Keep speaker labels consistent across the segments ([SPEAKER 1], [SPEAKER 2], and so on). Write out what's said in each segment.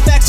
[SPEAKER 1] facts.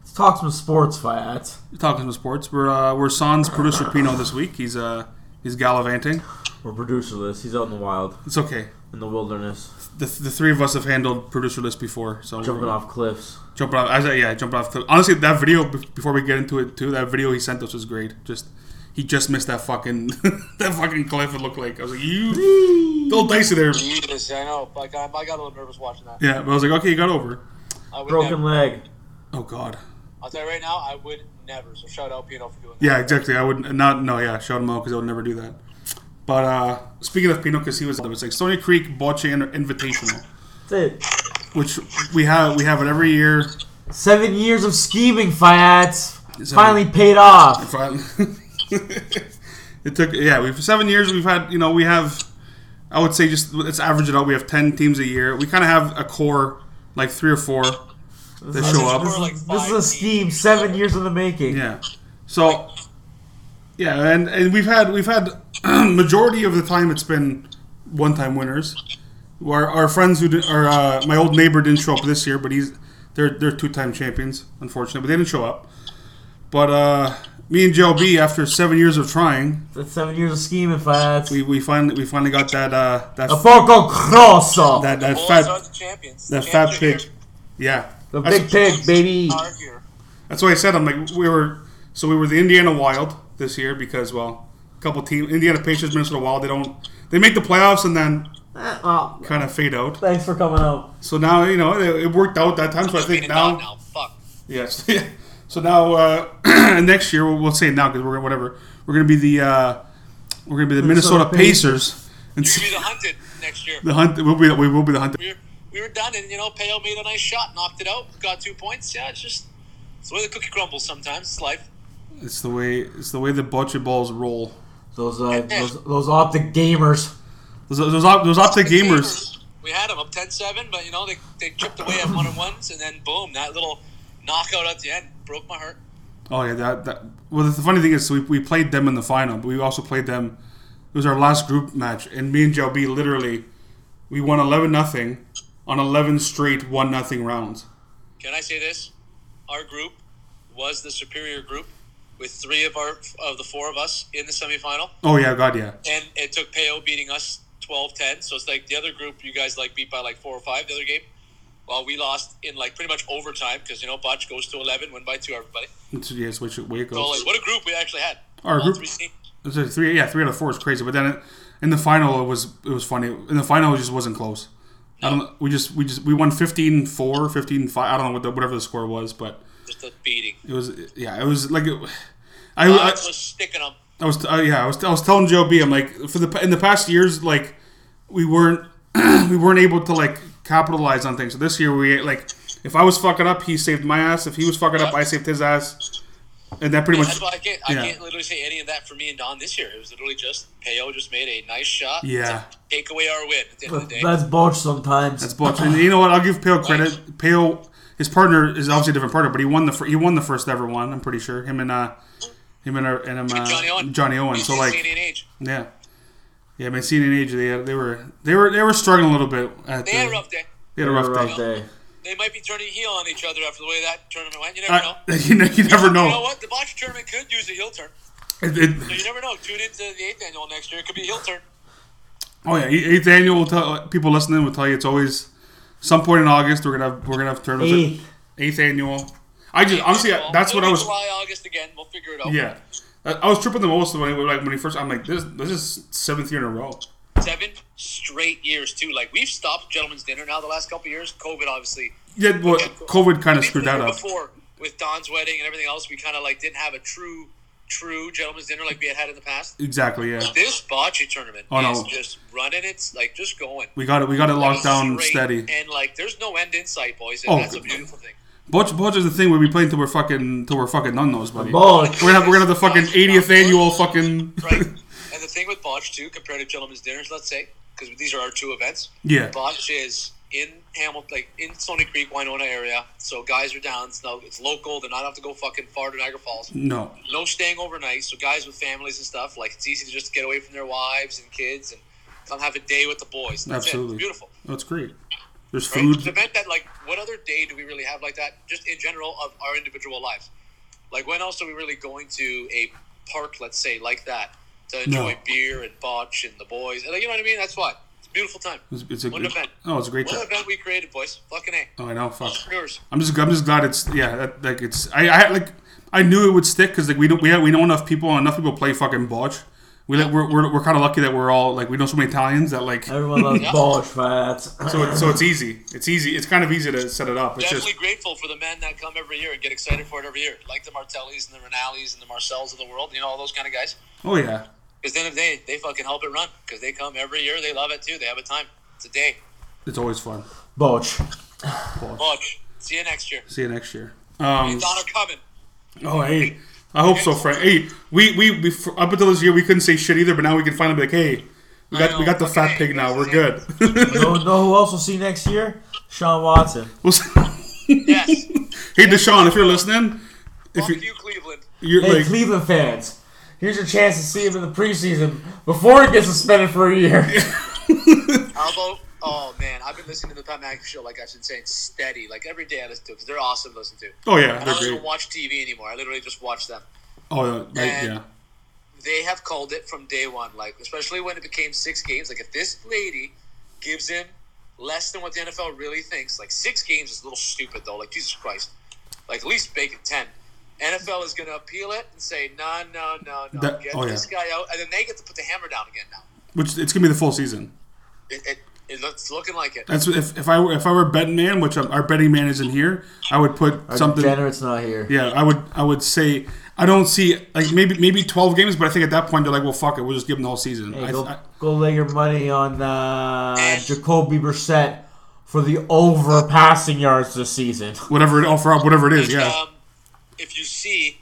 [SPEAKER 2] Let's talk some sports, Fiat.
[SPEAKER 3] Talking some sports. We're uh, we're Sans producer Pino this week. He's uh he's gallivanting.
[SPEAKER 2] We're producerless. He's out in the wild,
[SPEAKER 3] It's okay.
[SPEAKER 2] in the wilderness,
[SPEAKER 3] The, the three of us have handled producer list before, so
[SPEAKER 2] jumping off cliffs.
[SPEAKER 3] Jumping off. I was, yeah, jumping off. The, honestly, that video be- before we get into it too, that video he sent us was great. Just he just missed that fucking that fucking cliff. It looked like I was like you, little dicey there.
[SPEAKER 4] Jesus, I know. Like I, I got a little nervous watching that.
[SPEAKER 3] Yeah, but I was like, okay, you got over.
[SPEAKER 4] I would
[SPEAKER 2] Broken
[SPEAKER 4] never,
[SPEAKER 2] leg.
[SPEAKER 3] Oh God.
[SPEAKER 4] I'll tell you right now, I would never. So shout out Pino for doing that.
[SPEAKER 3] Yeah, exactly. I would not. No, yeah, shout him out because I would never do that. But uh speaking of Pino, because he was, it was like Stony Creek Boche Inter- Invitational,
[SPEAKER 2] That's it.
[SPEAKER 3] which we have we have it every year.
[SPEAKER 2] Seven years of scheming, Fiat. Finally paid off.
[SPEAKER 3] Finally, it took yeah. We've seven years. We've had you know we have. I would say just let's average it out. We have ten teams a year. We kind of have a core like three or four that show up.
[SPEAKER 4] We're like
[SPEAKER 2] This is a
[SPEAKER 4] five
[SPEAKER 2] scheme.
[SPEAKER 4] teams.
[SPEAKER 2] Seven years in the making.
[SPEAKER 3] Yeah. So yeah, and and we've had we've had majority of the time it's been one time winners. Our, our friends who did, our uh, my old neighbor didn't show up this year, but he's they're they're two time champions, unfortunately, but they didn't show up. But uh, me and JLB, after seven years of trying,
[SPEAKER 2] That's seven years of scheming, Fiat.
[SPEAKER 3] we, we finally we finally got that uh, that
[SPEAKER 2] A poco grosso.
[SPEAKER 3] that that
[SPEAKER 4] Bulls are
[SPEAKER 3] fat
[SPEAKER 4] the champions.
[SPEAKER 3] that
[SPEAKER 4] The
[SPEAKER 3] fat pig.
[SPEAKER 4] champions
[SPEAKER 3] Yeah,
[SPEAKER 2] the
[SPEAKER 3] That's-
[SPEAKER 2] big pig, baby.
[SPEAKER 4] Are here.
[SPEAKER 3] That's why I said I'm like we were so we were the Indiana Wild this year because well a couple team Indiana Pacers Minnesota Wild they don't they make the playoffs and then
[SPEAKER 2] Eh, well,
[SPEAKER 3] kind of fade out.
[SPEAKER 2] thanks for coming out.
[SPEAKER 3] So now you know it, it worked out that time. So I
[SPEAKER 4] Made
[SPEAKER 3] think
[SPEAKER 4] it down
[SPEAKER 3] now
[SPEAKER 4] now. Fuck.
[SPEAKER 3] yes so now uh, next year we'll, we'll say it now because we're gonna whatever we're gonna be the uh, we're gonna be the Minnesota,
[SPEAKER 2] Minnesota
[SPEAKER 3] Pacers. and
[SPEAKER 4] You're
[SPEAKER 3] see-
[SPEAKER 4] gonna be the hunted next year.
[SPEAKER 3] the hunt we'll be the, we will be the hunt.
[SPEAKER 4] We were, we were done, and you know, Peo made a nice shot, knocked it out, got two points. Yeah, it's just it's the way the cookie crumbles sometimes. It's life.
[SPEAKER 3] It's the way it's the way the bocce balls roll.
[SPEAKER 2] Those uh, those, those optic gamers.
[SPEAKER 3] Those those, op- those optic gamers.
[SPEAKER 4] We had them up 10-7, but you know they, they chipped away at one and ones, and then boom, that little knockout at the end broke my heart.
[SPEAKER 3] Oh yeah, that, that well. The funny thing is, we, we played them in the final, but we also played them. It was our last group match, and me and Joe B literally, we won eleven nothing on eleven straight one nothing rounds.
[SPEAKER 4] Can I say this? Our group was the superior group with three of our of the four of us in the semifinal,
[SPEAKER 3] Oh yeah, God yeah,
[SPEAKER 4] and it took Peo beating us 12-10. So it's like the other group you guys like beat by like four or five the other game. Well, we lost in like pretty much overtime because you know Botch goes to eleven, win by two everybody.
[SPEAKER 3] it's, yeah, it's which way it
[SPEAKER 4] So
[SPEAKER 3] goes.
[SPEAKER 4] like, what a group we actually had.
[SPEAKER 3] Our
[SPEAKER 4] All
[SPEAKER 3] group-
[SPEAKER 4] three teams.
[SPEAKER 3] It's like three, yeah, three out of four is crazy. But then it, in the final, it was it was funny. In the final, it just wasn't close. I don't. We just we just we won 15-4, 15-5. I don't know what the, whatever the score was, but
[SPEAKER 4] just a beating.
[SPEAKER 3] it was yeah, it was like. It, I, I,
[SPEAKER 4] Botch was sticking them.
[SPEAKER 3] I was, uh, yeah, I was, I was telling Joe B. I'm like, for the in the past years, like we weren't, we weren't able to like capitalize on things. So this year, we like, if I was fucking up, he saved my ass. If he was fucking up, I saved his ass. And that pretty much,
[SPEAKER 4] That's why I can't.
[SPEAKER 3] yeah.
[SPEAKER 4] I can't literally say any of that for me and Don this year. It was literally just Peo just made a nice shot.
[SPEAKER 3] Yeah.
[SPEAKER 4] to take away our win at the end of the day.
[SPEAKER 2] That's botch sometimes.
[SPEAKER 3] that's bullshit. And you know what? I'll give Pale credit. Pale, his partner is obviously a different partner, but he won the fir- he won the first ever one. I'm pretty sure him and uh him and, our, and him, uh,
[SPEAKER 4] Johnny Owen.
[SPEAKER 3] Johnny Owen. So
[SPEAKER 4] He's
[SPEAKER 3] like,
[SPEAKER 4] seen in age.
[SPEAKER 3] yeah, yeah, Mancini and Age, they they were they were they were struggling a little bit. At
[SPEAKER 4] They had a
[SPEAKER 3] the,
[SPEAKER 4] rough day.
[SPEAKER 3] they had a rough, day.
[SPEAKER 2] rough day.
[SPEAKER 4] They might be turning heel on each other after the way that tournament went. You never know.
[SPEAKER 3] I, you, know, you never
[SPEAKER 4] You know
[SPEAKER 3] know.
[SPEAKER 4] what? The botch tournament could use a heel turn.
[SPEAKER 3] It- it-
[SPEAKER 4] So you never know. Tune into the eighth annual next year. It could be a heel turn.
[SPEAKER 3] oh yeah, eighth annual. Will tell, uh, people listening will tell you it's always some point in August we're gonna have, we're gonna have tournaments.
[SPEAKER 2] Eighth.
[SPEAKER 3] Eighth annual. I just honestly I-
[SPEAKER 4] Well,
[SPEAKER 3] that's what
[SPEAKER 4] it'll
[SPEAKER 3] I
[SPEAKER 4] be
[SPEAKER 3] was.
[SPEAKER 4] July, August again. We'll figure it out.
[SPEAKER 3] Yeah, I, I was tripping the most when he, like when he first. I'm like this this is seventh year in a row.
[SPEAKER 4] Seven straight years too. Like we've stopped gentlemen's dinner now the last couple of years. COVID obviously.
[SPEAKER 3] Yeah, well, COVID kind of screwed that up.
[SPEAKER 4] Before with Don's wedding and everything else, we kind of like didn't have a true, true gentleman's dinner like we had had in the past.
[SPEAKER 3] Exactly. Yeah.
[SPEAKER 4] This bocce tournament
[SPEAKER 3] Oh, no.
[SPEAKER 4] is just running. It's like just going.
[SPEAKER 3] We got it. We got it locked down
[SPEAKER 4] Straight,
[SPEAKER 3] steady.
[SPEAKER 4] And like, there's no end in sight, boys. And
[SPEAKER 3] Oh,
[SPEAKER 4] that's a
[SPEAKER 3] good.
[SPEAKER 4] beautiful thing.
[SPEAKER 3] Butch, Butch is the thing where we play until we're fucking till we're fucking none knows, buddy. We're
[SPEAKER 2] Bulk.
[SPEAKER 3] gonna have, we're gonna have the fucking 80th annual fucking
[SPEAKER 4] Right. and the thing with botch too, compared to gentlemen's dinners, let's say, because these are our two events.
[SPEAKER 3] yeah.
[SPEAKER 4] Botch is in Hamilton, like in Stony Creek, Winona area. So guys are down. It's, no, it's local. They're not have to go fucking far to Niagara Falls.
[SPEAKER 3] No,
[SPEAKER 4] No staying overnight. So guys with families and stuff, like it's easy to just get away from their wives and kids and come have a day with the boys. That's It.
[SPEAKER 3] Absolutely.
[SPEAKER 4] It's beautiful.
[SPEAKER 3] that's great. There's
[SPEAKER 4] Right? It's an
[SPEAKER 3] food.
[SPEAKER 4] event that, like, what other day do we really have like that? Just in general of our individual lives. Like, when else are we really going to a park, let's say, like that to
[SPEAKER 3] No.
[SPEAKER 4] enjoy beer and botch and the boys? And, like, you know what I mean? That's why it's a beautiful time.
[SPEAKER 3] It's, it's a
[SPEAKER 4] What
[SPEAKER 3] good,
[SPEAKER 4] event?
[SPEAKER 3] oh, it's a great
[SPEAKER 4] What
[SPEAKER 3] time.
[SPEAKER 4] event we created, boys? Fucking a.
[SPEAKER 3] Oh, I know. Fuck.
[SPEAKER 4] Yours.
[SPEAKER 3] I'm just I'm just glad it's yeah. That, like it's I, I like I knew it would stick because like we don't we have, we know enough people and enough people play fucking Butch. We like we're we're, we're kind of lucky that we're all like we know so many Italians that like so
[SPEAKER 2] Everyone loves bulk fights.
[SPEAKER 3] it's, so it's easy. It's easy. It's kind of easy to set it up. It's
[SPEAKER 4] Definitely
[SPEAKER 3] just
[SPEAKER 4] grateful for the men that come every year and get excited for it every year, like the Martellis and the Rinaldi's and the Marcells of the world. You know, all those kind of guys.
[SPEAKER 3] oh yeah.
[SPEAKER 4] Because then if they they fucking help it run, because they come every year, they love it too. They have a time. It's a day.
[SPEAKER 3] It's always fun.
[SPEAKER 2] Bulk.
[SPEAKER 4] Botch. See you next year.
[SPEAKER 3] See you next year. Um,
[SPEAKER 4] Don are coming.
[SPEAKER 3] Oh, hey. I hope so, Frank. Hey, we, we, we for, up until this year we couldn't say shit either, but now we can finally be like, hey, we got we got the fat pig now. We're good.
[SPEAKER 2] Know, know who else we'll see next year? Sean Watson.
[SPEAKER 3] We'll see-
[SPEAKER 4] Yes.
[SPEAKER 3] hey, Deshaun, if you're listening, if
[SPEAKER 4] Fuck
[SPEAKER 3] you,
[SPEAKER 4] you, Cleveland.
[SPEAKER 3] you're
[SPEAKER 2] Hey,
[SPEAKER 3] like,
[SPEAKER 2] Cleveland fans, here's your chance to see him in the preseason before he gets suspended for a year.
[SPEAKER 4] How about? Oh man, I've been listening to the Pat McAfee show like I've been saying steady, like every day I listen to because they're awesome to listen to.
[SPEAKER 3] oh yeah,
[SPEAKER 4] I don't
[SPEAKER 3] they're
[SPEAKER 4] even
[SPEAKER 3] great.
[SPEAKER 4] watch TV anymore. I literally just watch them.
[SPEAKER 3] Oh yeah, like, yeah,
[SPEAKER 4] They have called it from day one, like especially when it became six games. Like if this lady gives him less than what the NFL really thinks, like six games is a little stupid though. Like Jesus Christ, like at least make it ten. NFL is going to appeal it and say no, no, no, no.
[SPEAKER 3] That-
[SPEAKER 4] get
[SPEAKER 3] oh, yeah.
[SPEAKER 4] this guy out, and then they get to put the hammer down again now.
[SPEAKER 3] which it's gonna be the full season.
[SPEAKER 4] It, it, it looks looking like it.
[SPEAKER 3] That's if, if I were if I were a betting man, which I'm, our betting man isn't here, I would put something.
[SPEAKER 2] Degenerate's not here.
[SPEAKER 3] Yeah, I would I would say I don't see like maybe maybe twelve games, but I think at that point they're like, well, fuck it, we'll just give them the whole season.
[SPEAKER 2] Hey,
[SPEAKER 3] I-
[SPEAKER 2] go,
[SPEAKER 3] I-
[SPEAKER 2] go lay your money on uh, Jacoby Brissett for the over passing yards this season.
[SPEAKER 3] whatever it offer up, whatever it is, yeah.
[SPEAKER 4] um, if you see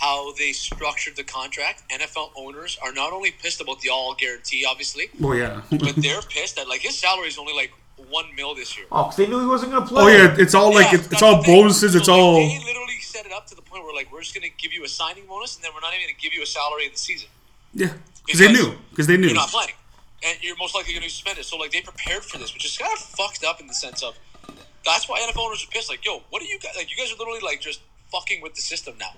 [SPEAKER 4] how they structured the contract, NFL owners are not only pissed about the all guarantee, obviously,
[SPEAKER 3] Well, yeah.
[SPEAKER 4] but they're pissed that like his salary is only like one mil this year.
[SPEAKER 2] Oh, 'cause they knew he wasn't going to play.
[SPEAKER 3] Oh yeah, it's all like
[SPEAKER 4] Yeah,
[SPEAKER 3] it's, it's
[SPEAKER 4] that's
[SPEAKER 3] all
[SPEAKER 4] the thing.
[SPEAKER 3] bonuses.
[SPEAKER 4] So,
[SPEAKER 3] It's
[SPEAKER 4] like,
[SPEAKER 3] all
[SPEAKER 4] They literally set it up to the point where like we're just gonna give you a signing bonus, and then we're not even gonna give you a salary in the season.
[SPEAKER 3] yeah, because they
[SPEAKER 4] because
[SPEAKER 3] knew, because they knew.
[SPEAKER 4] You're not playing, and you're most likely gonna be suspended. So like they prepared for this, which is kind of fucked up in the sense of that's why NFL owners are pissed. Like, yo, what are you guys like? You guys are literally like just fucking with the system now.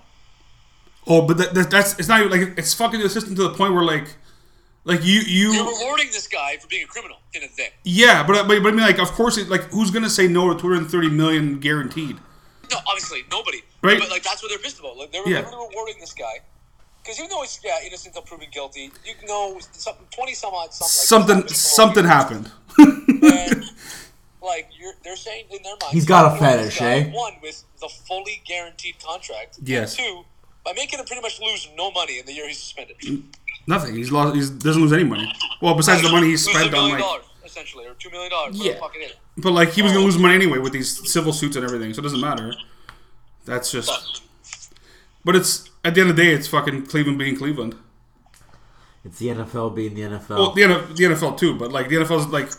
[SPEAKER 3] Oh, but that, that, that's it's not even like it's fucking the system to the point where like, like you
[SPEAKER 4] You're
[SPEAKER 3] you
[SPEAKER 4] rewarding this guy for being a criminal in a day.
[SPEAKER 3] yeah, but but, but I mean like of course it, like who's gonna say no to two hundred thirty million guaranteed?
[SPEAKER 4] No, obviously nobody.
[SPEAKER 3] Right.
[SPEAKER 4] But like that's what they're pissed about. Like they were
[SPEAKER 3] Yeah.
[SPEAKER 4] literally rewarding this guy because even though it's yeah innocent until proven guilty, you know something twenty some odd something like
[SPEAKER 3] Something something happened.
[SPEAKER 4] happened. Like you're, they're saying in their mind,
[SPEAKER 2] He's got a fetish, eh?
[SPEAKER 4] One with the fully guaranteed contract. and
[SPEAKER 3] Yes.
[SPEAKER 4] two. By making him pretty much lose no money in the year he's suspended.
[SPEAKER 3] Nothing. He's lost. He doesn't lose any money. Well, besides the money he
[SPEAKER 4] Lose a
[SPEAKER 3] spent on
[SPEAKER 4] million
[SPEAKER 3] like,
[SPEAKER 4] dollars, essentially, or two million dollars. Yeah.
[SPEAKER 2] Yeah.
[SPEAKER 3] but like he was gonna lose money anyway with these civil suits and everything, so it doesn't matter. That's just. But it's at the end of the day, it's fucking Cleveland being Cleveland.
[SPEAKER 2] It's the NFL being the NFL.
[SPEAKER 3] Well, the, N- the NFL too, but like the NFL's like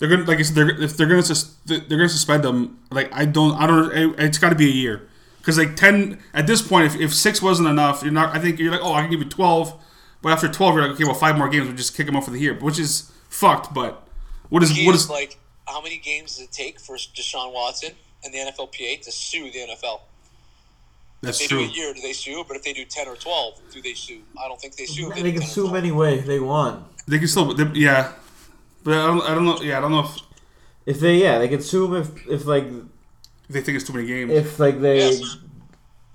[SPEAKER 3] they're gonna like I said, they're, if they're gonna sus- they're gonna suspend them. Like I don't I don't it, it's got to be a year because like ten at this point if, if six wasn't enough you're not I think you're like oh I can give you twelve, but after twelve you're like okay well five more games we just kick them out for the year which is fucked. But what is what is
[SPEAKER 4] like how many games does it take for Deshaun Watson and the NFLPA to sue the NFL?
[SPEAKER 3] that's
[SPEAKER 4] they
[SPEAKER 3] true?
[SPEAKER 4] do a year, do they sue? But if they do ten or twelve, do they sue? I don't think they sue. if
[SPEAKER 2] they
[SPEAKER 4] do
[SPEAKER 2] can
[SPEAKER 4] 10 or
[SPEAKER 2] sue
[SPEAKER 4] 12.
[SPEAKER 2] him any way they want.
[SPEAKER 3] They can still they, yeah, but I don't I don't know yeah I don't know if
[SPEAKER 2] If they, yeah, they can sue him if, if like,
[SPEAKER 3] they think it's too many games.
[SPEAKER 2] if like they,
[SPEAKER 4] Yes.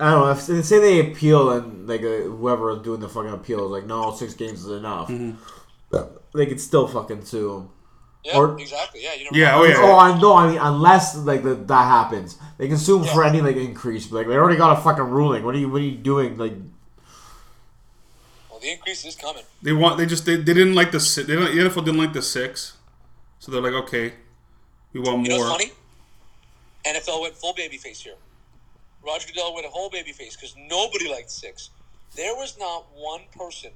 [SPEAKER 2] I don't know. If, say they appeal and like uh, whoever's doing
[SPEAKER 4] Mm-hmm.
[SPEAKER 2] the fucking appeal is like, no, six games is enough. They could still fucking sue him.
[SPEAKER 4] Yeah,
[SPEAKER 2] Or-
[SPEAKER 4] exactly. Yeah, you never
[SPEAKER 3] Yeah,
[SPEAKER 4] know.
[SPEAKER 3] oh yeah.
[SPEAKER 2] Oh, I know. I mean, unless like the, that happens, they can sue for any like increase. But, like they already got a fucking ruling. What are you? What are you doing? Like
[SPEAKER 4] Well, the increase is coming.
[SPEAKER 3] They want. They just. They, they didn't like the. si- They don't, the NFL didn't E like the six, so they're like, okay, we want
[SPEAKER 4] You know
[SPEAKER 3] more.
[SPEAKER 4] what's funny? NFL went full babyface here. Roger Goodell went a whole babyface because nobody liked six. There was not one person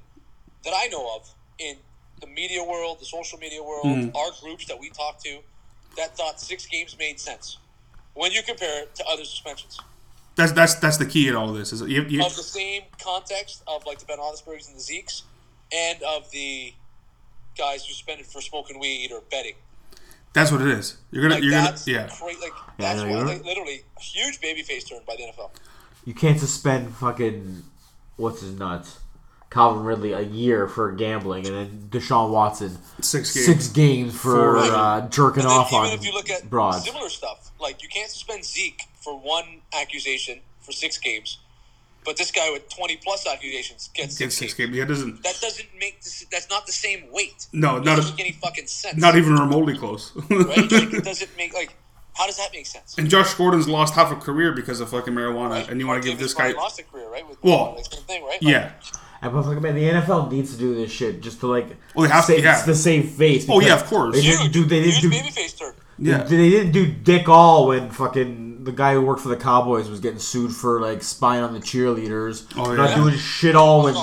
[SPEAKER 4] that I know of in the media world, the social media world, our groups that we talk to, that thought six games made sense when you compare it to other suspensions
[SPEAKER 3] That's that's that's the key in all this. Is that you, you,
[SPEAKER 4] of the same context of like the Ben Roethlisberger's and the Zeke's, and of the guys who suspended for smoking weed or betting.
[SPEAKER 3] that's what it is. You're gonna.
[SPEAKER 4] Like
[SPEAKER 3] you're gonna.
[SPEAKER 4] that's
[SPEAKER 3] Yeah.
[SPEAKER 4] cra- like that's
[SPEAKER 2] no,
[SPEAKER 4] why,
[SPEAKER 2] you're-
[SPEAKER 4] like, literally a huge babyface turn by the NFL.
[SPEAKER 2] you can't suspend fucking what's his nuts, Calvin Ridley a year for gambling, and then Deshaun Watson
[SPEAKER 3] Six games.
[SPEAKER 2] six games for
[SPEAKER 3] Right.
[SPEAKER 2] uh, jerking
[SPEAKER 4] And then
[SPEAKER 2] off
[SPEAKER 4] even
[SPEAKER 2] on
[SPEAKER 4] if you look at
[SPEAKER 2] broads.
[SPEAKER 4] similar stuff, like you can't suspend Zeke for one accusation for six games, but this guy with twenty plus accusations gets
[SPEAKER 3] Six, six
[SPEAKER 4] six, games.
[SPEAKER 3] games. Yeah, it doesn't.
[SPEAKER 4] That doesn't make this, that's not the same weight.
[SPEAKER 3] No,
[SPEAKER 4] It
[SPEAKER 3] not
[SPEAKER 4] doesn't
[SPEAKER 3] a-
[SPEAKER 4] make any fucking sense.
[SPEAKER 3] Not even remotely close.
[SPEAKER 4] right. Like, it doesn't make like how does that make sense?
[SPEAKER 3] and Josh Gordon's lost half a career because of fucking marijuana, and you want to give this guy.
[SPEAKER 4] lost a career right with
[SPEAKER 3] Well,
[SPEAKER 4] like, same thing right? Like,
[SPEAKER 3] Yeah.
[SPEAKER 2] And but like, man, the NFL needs to do this shit just to like
[SPEAKER 3] Well, they have to,
[SPEAKER 2] save,
[SPEAKER 3] yeah.
[SPEAKER 2] the same face.
[SPEAKER 3] Oh, yeah,
[SPEAKER 2] because
[SPEAKER 3] of course.
[SPEAKER 2] They didn't
[SPEAKER 4] Huge,
[SPEAKER 2] do. They didn't
[SPEAKER 4] huge
[SPEAKER 2] do.
[SPEAKER 4] babyface turn.
[SPEAKER 3] Yeah.
[SPEAKER 2] They didn't do dick all when fucking the guy who worked for the Cowboys was getting sued for like spying on the cheerleaders.
[SPEAKER 3] Oh,
[SPEAKER 2] Not
[SPEAKER 3] yeah.
[SPEAKER 2] doing shit all when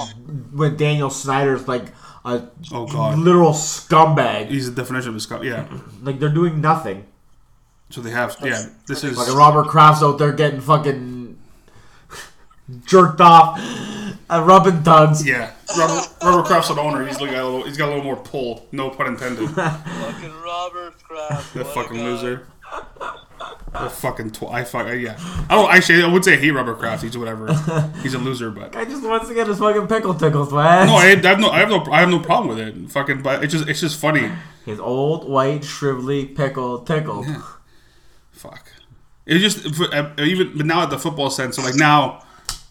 [SPEAKER 2] when Daniel Snyder's like a
[SPEAKER 3] Oh, God.
[SPEAKER 2] literal scumbag.
[SPEAKER 3] He's the definition of a scum. Yeah.
[SPEAKER 2] Like they're doing nothing.
[SPEAKER 3] So they have. Yeah. This is.
[SPEAKER 2] Fucking Robert Kraft's out there getting fucking jerked off at rubbing tongues.
[SPEAKER 3] Yeah. Robert, Robert Kraft's an owner. He's like got a little, he's got a little more pull. No pun intended.
[SPEAKER 4] Fucking Robert Kraft.
[SPEAKER 3] That
[SPEAKER 4] what a
[SPEAKER 3] fucking
[SPEAKER 4] guy.
[SPEAKER 3] loser. That fucking tw- I fuck yeah. I don't actually. I would say I hate Robert Kraft. He's whatever. He's a loser, but
[SPEAKER 2] I just wants to get his fucking pickle tickles, man.
[SPEAKER 3] no, I, I have no, I have no, I have no problem with it. Fucking, but it's just, it's just funny.
[SPEAKER 2] His old white shrivelly pickle tickle.
[SPEAKER 3] Fuck. It just for- uh, even, but now at the football sense. So like now,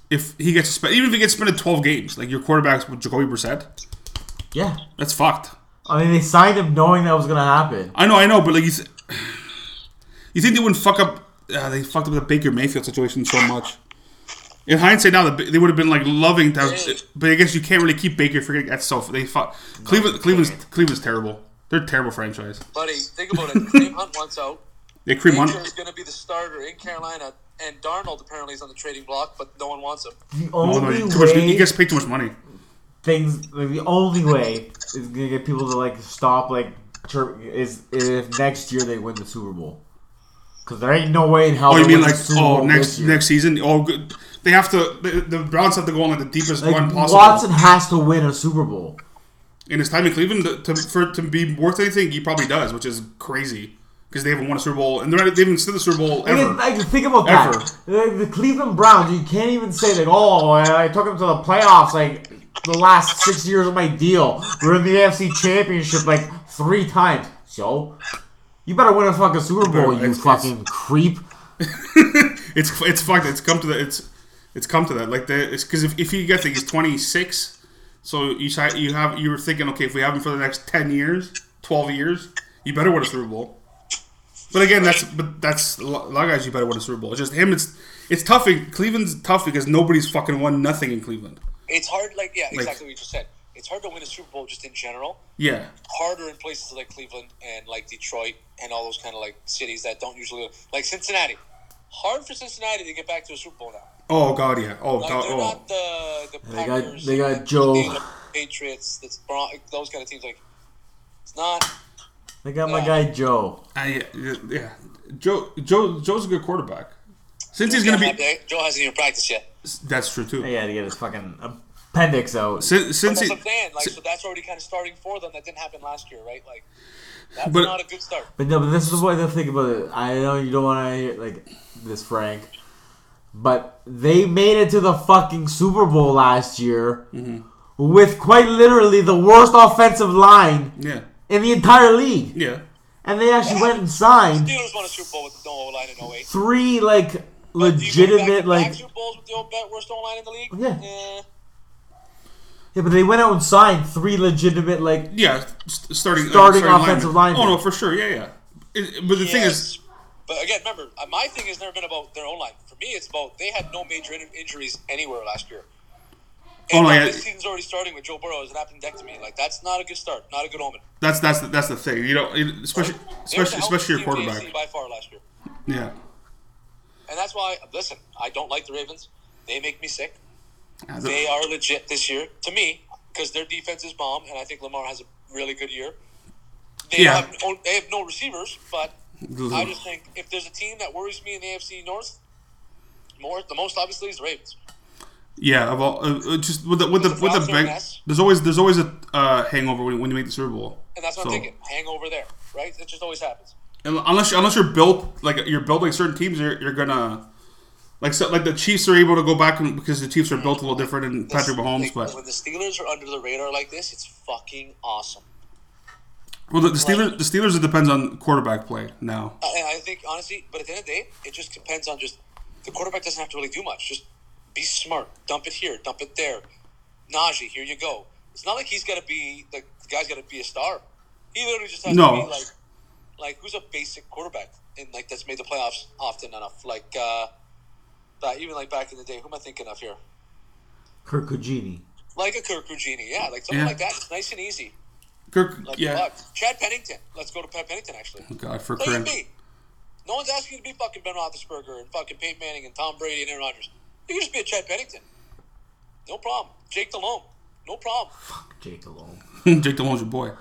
[SPEAKER 3] if he gets suspended, even if he gets suspended twelve games, like your quarterback's with Jacoby Brissett,
[SPEAKER 2] Yeah.
[SPEAKER 3] that's fucked.
[SPEAKER 2] I mean, they signed him knowing that was going to happen.
[SPEAKER 3] I know, I know, but like you, s- you think they wouldn't fuck up? Uh, they fucked up the Baker Mayfield situation so much. In hindsight, now the, Ba- they would have been like loving to, have, but I guess you can't really keep Baker for that's so they fuck. Cleveland, Cleveland's, Cleveland's terrible. They're a terrible franchise.
[SPEAKER 4] Buddy, think about it. Kareem Hunt wants out.
[SPEAKER 3] They cream on.
[SPEAKER 4] Baker is going to be the starter in Carolina, and Darnold apparently is on the trading block, but no one wants him.
[SPEAKER 2] The
[SPEAKER 3] Oh, no,
[SPEAKER 2] only
[SPEAKER 3] you- too much,
[SPEAKER 2] way
[SPEAKER 3] you guys pay too much money.
[SPEAKER 2] things, like, the only way is going to get people to like stop like chirp is if next year they win the Super Bowl. Because there ain't no way in hell.
[SPEAKER 3] Oh,
[SPEAKER 2] they
[SPEAKER 3] you mean
[SPEAKER 2] win the
[SPEAKER 3] like
[SPEAKER 2] Super
[SPEAKER 3] oh
[SPEAKER 2] Bowl
[SPEAKER 3] next
[SPEAKER 2] this year.
[SPEAKER 3] next season? Oh, good. They have to. The, the Browns have to go on like the deepest
[SPEAKER 2] Like,
[SPEAKER 3] run possible.
[SPEAKER 2] Watson has to win a Super Bowl.
[SPEAKER 3] In his time in Cleveland, to, to, for it to be worth anything, he probably does, which is crazy because they haven't won a Super Bowl and they're not, they haven't stood the Super Bowl
[SPEAKER 2] I
[SPEAKER 3] ever.
[SPEAKER 2] mean, like, think about that. Like, the Cleveland Browns, you can't even say like, oh, I I took them to the playoffs like the last six years of my deal. We're in the AFC Championship like three times. So you better win a fucking Super Bowl, you
[SPEAKER 3] it's- it's-
[SPEAKER 2] fucking creep.
[SPEAKER 3] It's it's fucked. It's come to that. It's it's come to that. Like the it's because if, if you get like he's twenty six, so you si- you have you were thinking okay if we have him for the next ten years, twelve years, you better win a Super Bowl. But again, that's but that's a lot a lot of guys. You better win a Super Bowl. It's just him. It's it's tough. in- Cleveland's tough because nobody's fucking won nothing in Cleveland.
[SPEAKER 4] It's hard, like, yeah, exactly what you just said. It's hard to win a Super Bowl just in general.
[SPEAKER 3] Yeah,
[SPEAKER 4] Harder in places like Cleveland and like Detroit and all those kind of like cities that don't usually, like Cincinnati. Hard for Cincinnati to get back to a Super Bowl now.
[SPEAKER 3] Oh god, yeah. Oh
[SPEAKER 4] Like,
[SPEAKER 3] god.
[SPEAKER 4] they're
[SPEAKER 3] Oh.
[SPEAKER 4] not the, the
[SPEAKER 2] Uh, They got-
[SPEAKER 4] Packers.
[SPEAKER 2] they got
[SPEAKER 4] the
[SPEAKER 2] Joe.
[SPEAKER 4] Patriots, Patriots, the Bron- those kind of teams. Like, it's not.
[SPEAKER 2] They got my guy Joe.
[SPEAKER 3] I, yeah. Joe Joe Joe's a good quarterback. Since he's gonna be,
[SPEAKER 4] Joe hasn't even practiced yet.
[SPEAKER 3] that's true too.
[SPEAKER 2] He had to get his fucking appendix out.
[SPEAKER 3] Since, since
[SPEAKER 4] That's
[SPEAKER 3] he,
[SPEAKER 4] what I'm saying. Like, so that's already kind of starting for them. That didn't happen last year, right? Like, that's
[SPEAKER 3] But-
[SPEAKER 4] not a good start.
[SPEAKER 2] But no, but this is what the thing about it. I know you don't want to hear like this, Frank, but they made it to the fucking Super Bowl last year
[SPEAKER 3] Mm-hmm.
[SPEAKER 2] with quite literally the worst offensive line
[SPEAKER 3] yeah,
[SPEAKER 2] in the entire league,
[SPEAKER 3] yeah.
[SPEAKER 2] and they actually went and signed
[SPEAKER 4] Steelers won a Super Bowl with no O line in 08.
[SPEAKER 2] three like
[SPEAKER 4] But do you go back to
[SPEAKER 2] legitimate
[SPEAKER 4] back
[SPEAKER 2] like
[SPEAKER 4] Eh, Super Bowls with the old bet worst O line in the league.
[SPEAKER 2] Yeah.
[SPEAKER 4] Eh.
[SPEAKER 2] Yeah, but they went out and signed three legitimate like
[SPEAKER 3] Yeah, st- starting uh,
[SPEAKER 2] Starting offensive lineman.
[SPEAKER 3] Oh no, for sure. Yeah, yeah. It- but the thing is,
[SPEAKER 4] but again, remember, uh, my thing has never been about their own line. For me, it's about they had no major in- injuries anywhere last year. And
[SPEAKER 3] Oh,
[SPEAKER 4] now
[SPEAKER 3] yeah.
[SPEAKER 4] this season's already starting with Joe Burrow as an appendectomy. Like that's not a good start, not a good omen.
[SPEAKER 3] that's that's the, that's the thing. You know, it- especially
[SPEAKER 4] They were
[SPEAKER 3] especially
[SPEAKER 4] the healthiest
[SPEAKER 3] especially your
[SPEAKER 4] team in the AFC
[SPEAKER 3] quarterback.
[SPEAKER 4] by far last year,
[SPEAKER 3] Yeah,
[SPEAKER 4] and that's why. Listen, I don't like the Ravens. They make me sick.
[SPEAKER 3] Yeah,
[SPEAKER 4] They
[SPEAKER 3] the-
[SPEAKER 4] are legit this year to me because their defense is bomb, and I think Lamar has a really good year. They
[SPEAKER 3] Yeah.
[SPEAKER 4] have no, they have no receivers, but I just think if there's a team that worries me in the AFC North, more the most obviously is the Ravens.
[SPEAKER 3] yeah. Of all, uh, uh, just with the with the
[SPEAKER 4] The
[SPEAKER 3] with the
[SPEAKER 4] Browns are a
[SPEAKER 3] bank,
[SPEAKER 4] mess.
[SPEAKER 3] there's always there's always a uh, hangover when, when you make the Super Bowl.
[SPEAKER 4] And that's what
[SPEAKER 3] So-
[SPEAKER 4] I'm thinking. Hangover there, right? It just always happens.
[SPEAKER 3] Un- unless unless you're built like you're built like certain teams, you're, you're gonna like so, like the Chiefs are able to go back and, because the Chiefs are built a little different and Patrick
[SPEAKER 4] This-
[SPEAKER 3] Mahomes,
[SPEAKER 4] like,
[SPEAKER 3] but
[SPEAKER 4] when the Steelers are under the radar like this, it's fucking awesome.
[SPEAKER 3] well the, the Steelers the Steelers it depends on quarterback play now.
[SPEAKER 4] I- And I think honestly, but at the end of the day, it just depends on just the quarterback doesn't have to really do much. Just be smart. Dump it here. Dump it there. Najee, here you go. It's not like he's got to be the, the guy's got to be a star. He literally just has
[SPEAKER 3] No.
[SPEAKER 4] to be like like who's a basic quarterback and like that's made the playoffs often enough. Like uh, uh, even like back in the day, who am I thinking of here?
[SPEAKER 2] Kirk Cugini.
[SPEAKER 4] Like a Kirk Ruggieri, yeah, like something
[SPEAKER 3] Yeah.
[SPEAKER 4] like that. It's nice and easy.
[SPEAKER 3] Kirk,
[SPEAKER 4] Like
[SPEAKER 3] yeah,
[SPEAKER 4] fuck. Chad Pennington. Let's go to Pat Pennington actually.
[SPEAKER 3] God for
[SPEAKER 4] Look
[SPEAKER 3] Corinne.
[SPEAKER 4] at me. No one's asking you to be fucking Ben Roethlisberger and fucking Peyton Manning and Tom Brady and Aaron Rodgers. You can just be a Chad Pennington. No problem. Jake Delhomme. No problem.
[SPEAKER 2] Jake alone.
[SPEAKER 3] Jake DeLong's your boy.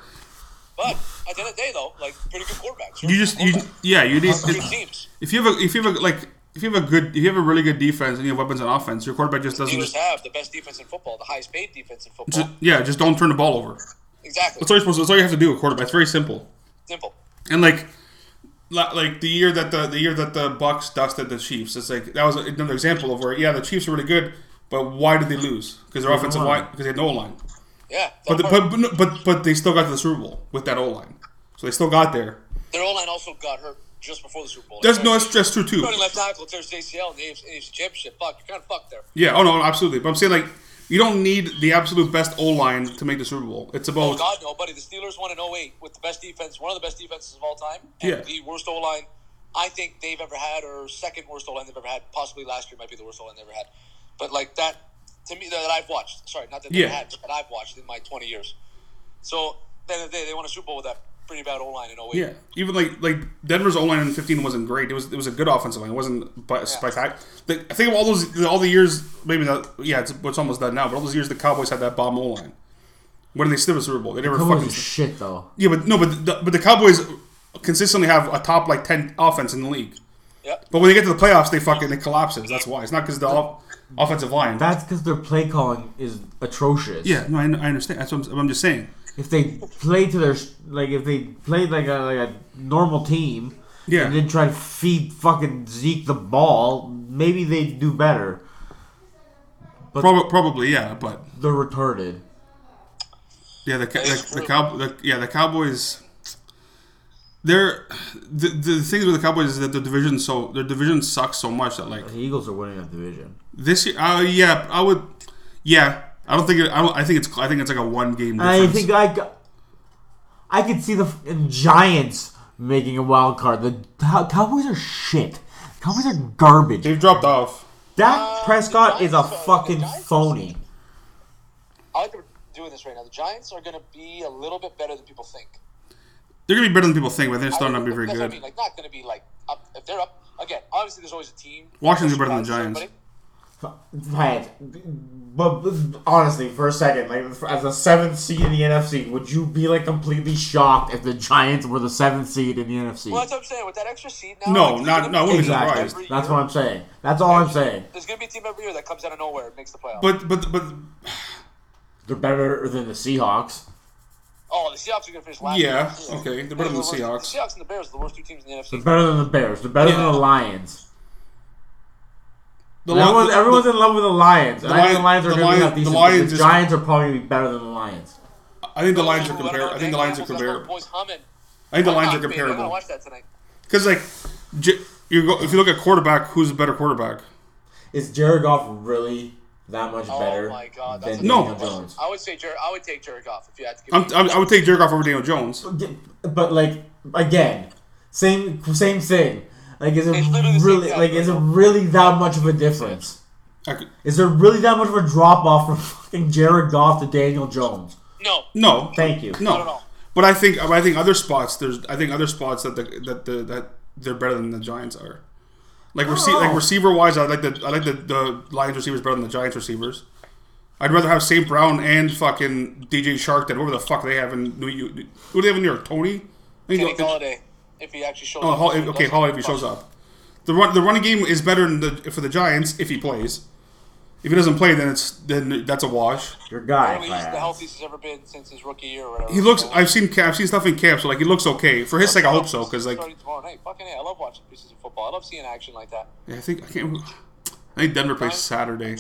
[SPEAKER 4] But at the end of the day, though, like pretty good quarterbacks.
[SPEAKER 3] You just you yeah you need
[SPEAKER 4] good teams.
[SPEAKER 3] if you have a if you have a like if you have a good if you have a really good defense and you have weapons on offense, your quarterback just doesn't
[SPEAKER 4] Steelers
[SPEAKER 3] just,
[SPEAKER 4] have the best defense in football, the highest paid defense in football.
[SPEAKER 3] just- yeah just don't turn the ball over.
[SPEAKER 4] exactly.
[SPEAKER 3] That's all you're supposed to. That's all you have to do. A quarterback. It's very simple.
[SPEAKER 4] Simple.
[SPEAKER 3] And like, la- like the year that the the year that the Bucks dusted the Chiefs, it's like that was another example of where yeah the Chiefs are really good, but why did they lose? Because their offensive
[SPEAKER 2] line.
[SPEAKER 3] line because they had no line.
[SPEAKER 4] Yeah.
[SPEAKER 3] But, the, but but no- but but they still got to the Super Bowl with that O line, so they still got there.
[SPEAKER 4] their O line also got hurt just before the Super Bowl.
[SPEAKER 3] That's no, that's that's true too.
[SPEAKER 4] Running left tackle tears his ACL in the AFC, AFC Championship. Fuck, you're kind of fucked there.
[SPEAKER 3] Yeah. Oh no, absolutely. But I'm saying like you don't need the absolute best O line to make the Super Bowl. It's
[SPEAKER 4] Oh
[SPEAKER 3] about
[SPEAKER 4] God, no, buddy. The Steelers won in 08 with the best defense, one of the best defenses of all time, and
[SPEAKER 3] Yeah.
[SPEAKER 4] the worst O line I think they've ever had, or second worst O line they've ever had. Possibly last year might be the worst O line they ever had. But like that, to me, that I've watched. Sorry, not that they
[SPEAKER 3] Yeah.
[SPEAKER 4] had, but that I've watched in my 20 years. So at the end of the day, they won a Super Bowl with that pretty bad O line in 08.
[SPEAKER 3] yeah. Even like like Denver's O line in 15 wasn't great. It was it was a good offensive line. It wasn't by by fact. The, I think of all those all the years maybe not. Yeah, it's, it's almost done now. But all those years the Cowboys had that bomb O line. When did they still the Super Bowl? They never
[SPEAKER 2] That
[SPEAKER 3] fucking.
[SPEAKER 2] was shit though.
[SPEAKER 3] Yeah, but no, but the, but the Cowboys consistently have a top like 10 offense in the league.
[SPEAKER 4] Yep.
[SPEAKER 3] But when they get to the playoffs, they fucking it collapses. That's why. It's not because the off- offensive line.
[SPEAKER 2] That's because their play calling is atrocious.
[SPEAKER 3] yeah, no, I, I understand. That's what I'm, I'm just saying.
[SPEAKER 2] If they played to their s- like, if they played like a like a normal team,
[SPEAKER 3] Yeah.
[SPEAKER 2] and then try to feed fucking Zeke the ball, maybe they'd do better.
[SPEAKER 3] Prob- probably, yeah, but
[SPEAKER 2] They're retarded.
[SPEAKER 3] yeah, the ca-
[SPEAKER 4] That's
[SPEAKER 3] the, the
[SPEAKER 4] true.
[SPEAKER 3] cow, the, yeah, the Cowboys. They're the, the things with the Cowboys is that their division so their division sucks so much that like
[SPEAKER 4] Mm-hmm.
[SPEAKER 2] The Eagles are winning that division.
[SPEAKER 3] this year, uh, yeah, I would, yeah, I don't think it, I don't, I think it's I think it's like a one game.
[SPEAKER 2] I
[SPEAKER 3] Difference.
[SPEAKER 2] think I, c- I could see the f- Giants making a wild card. The Cow- Cowboys are shit. Cowboys are garbage.
[SPEAKER 3] they've dropped off.
[SPEAKER 2] Dak Prescott
[SPEAKER 4] the
[SPEAKER 2] is a
[SPEAKER 4] Giants are-
[SPEAKER 2] fucking
[SPEAKER 4] the Giants are-
[SPEAKER 2] phony.
[SPEAKER 4] I like that we're doing this right now. The Giants are going to be a little bit better than people think.
[SPEAKER 3] They're gonna be better than people think, but they're
[SPEAKER 4] I
[SPEAKER 3] still not
[SPEAKER 4] don't
[SPEAKER 3] be
[SPEAKER 4] think-
[SPEAKER 3] very
[SPEAKER 4] that's what I
[SPEAKER 3] good.
[SPEAKER 4] mean, like not going to be like up if they're up again. Obviously, there's always a team.
[SPEAKER 3] Washington's better than the
[SPEAKER 4] Surprises
[SPEAKER 3] Giants.
[SPEAKER 4] everybody.
[SPEAKER 2] Pat, but but honestly, for a second, like for- as a seventh seed in the NFC, would you be like completely shocked if the Giants were the seventh seed in the NFC?
[SPEAKER 4] Well, that's what I'm saying. With that extra seed now,
[SPEAKER 3] No,
[SPEAKER 4] there's
[SPEAKER 3] not-
[SPEAKER 4] gonna
[SPEAKER 3] no, I
[SPEAKER 4] be
[SPEAKER 3] wouldn't
[SPEAKER 4] a
[SPEAKER 3] be
[SPEAKER 4] team
[SPEAKER 3] surprised.
[SPEAKER 4] every
[SPEAKER 2] exactly. That's
[SPEAKER 4] year.
[SPEAKER 2] what I'm saying. That's all I'm saying.
[SPEAKER 4] There's gonna be a team every year that comes out of nowhere and makes the playoffs.
[SPEAKER 3] But but but
[SPEAKER 2] They're better than the Seahawks.
[SPEAKER 4] oh, the Seahawks are gonna finish last.
[SPEAKER 3] yeah,
[SPEAKER 4] year.
[SPEAKER 3] okay, they're better than the
[SPEAKER 4] They're worst-
[SPEAKER 3] Seahawks.
[SPEAKER 4] The Seahawks and the Bears are the worst two teams in the
[SPEAKER 2] They're
[SPEAKER 4] NFC.
[SPEAKER 2] better than the Bears. They're better
[SPEAKER 3] Yeah.
[SPEAKER 2] than the Lions.
[SPEAKER 3] The Lions-
[SPEAKER 2] Everyone's,
[SPEAKER 3] the-
[SPEAKER 2] everyone's in love with the Lions. and I think the
[SPEAKER 3] Lion-
[SPEAKER 2] Lions are
[SPEAKER 3] the
[SPEAKER 2] going to
[SPEAKER 3] Lion-
[SPEAKER 2] be that
[SPEAKER 3] the
[SPEAKER 2] decent. but The,
[SPEAKER 3] Lions is-
[SPEAKER 2] Giants are probably going to be better than the Lions.
[SPEAKER 3] I think the Lions are
[SPEAKER 4] Ooh, I don't
[SPEAKER 3] comparable.
[SPEAKER 4] know,
[SPEAKER 3] I think
[SPEAKER 4] Dan
[SPEAKER 3] the Lions are
[SPEAKER 4] Campbell's got those
[SPEAKER 3] comparable.
[SPEAKER 4] Boys humming. Oh,
[SPEAKER 3] I think the Lions are
[SPEAKER 4] Fuck, man, I gotta
[SPEAKER 3] comparable.
[SPEAKER 4] watch that tonight.
[SPEAKER 3] Because like, J- you go if you look at quarterback, who's a better quarterback?
[SPEAKER 2] Is Jared Goff really that much
[SPEAKER 4] Oh
[SPEAKER 2] better
[SPEAKER 4] my God, that's
[SPEAKER 2] than
[SPEAKER 4] a-
[SPEAKER 2] Daniel
[SPEAKER 3] No.
[SPEAKER 2] Jones.
[SPEAKER 4] I would say Jer- I would take Jared Goff if you had to give
[SPEAKER 3] I'm,
[SPEAKER 4] me.
[SPEAKER 3] I'm, I would take Jerkoff over Daniel Jones.
[SPEAKER 2] But like again, same same thing. Like is it
[SPEAKER 4] It's literally the same
[SPEAKER 2] really
[SPEAKER 4] thing.
[SPEAKER 2] like is it really that much of a difference?
[SPEAKER 3] I could,
[SPEAKER 2] Is there really that much of a drop off from fucking Jared Goff to Daniel Jones?
[SPEAKER 4] no,
[SPEAKER 3] no,
[SPEAKER 2] Thank you.
[SPEAKER 3] no.
[SPEAKER 4] at all.
[SPEAKER 3] But I think I think other spots. There's I think other spots that the that the that they're better than the Giants are. Like receive
[SPEAKER 4] Oh.
[SPEAKER 3] like receiver wise, I like the I like the, the Lions receivers better than the Giants receivers. I'd rather have St. Brown and fucking DJ Shark than whoever the fuck they have in New York. Who do they have in New York? Tony. I think
[SPEAKER 4] Kenny
[SPEAKER 3] they-
[SPEAKER 4] Galladay if he actually shows
[SPEAKER 3] Oh,
[SPEAKER 4] up.
[SPEAKER 3] Hol-
[SPEAKER 4] If he
[SPEAKER 3] okay,
[SPEAKER 4] doesn't,
[SPEAKER 3] Holiday if he
[SPEAKER 4] fuck.
[SPEAKER 3] shows up. The run, the running game is better than the, for the Giants if he plays. If he doesn't play, then it's then that's a wash.
[SPEAKER 2] Your guy.
[SPEAKER 4] Apparently he's
[SPEAKER 2] Class.
[SPEAKER 4] the healthiest he's ever been since his rookie year or whatever.
[SPEAKER 3] He looks.
[SPEAKER 4] So-
[SPEAKER 3] I've seen. ca- I've seen stuff in camp, so like he looks okay. For his sake, I hope so. Because like
[SPEAKER 4] starting tomorrow night. Fucking hey, I love watching preseason football. I love seeing action like that.
[SPEAKER 3] I think I can't. I think Denver plays Saturday,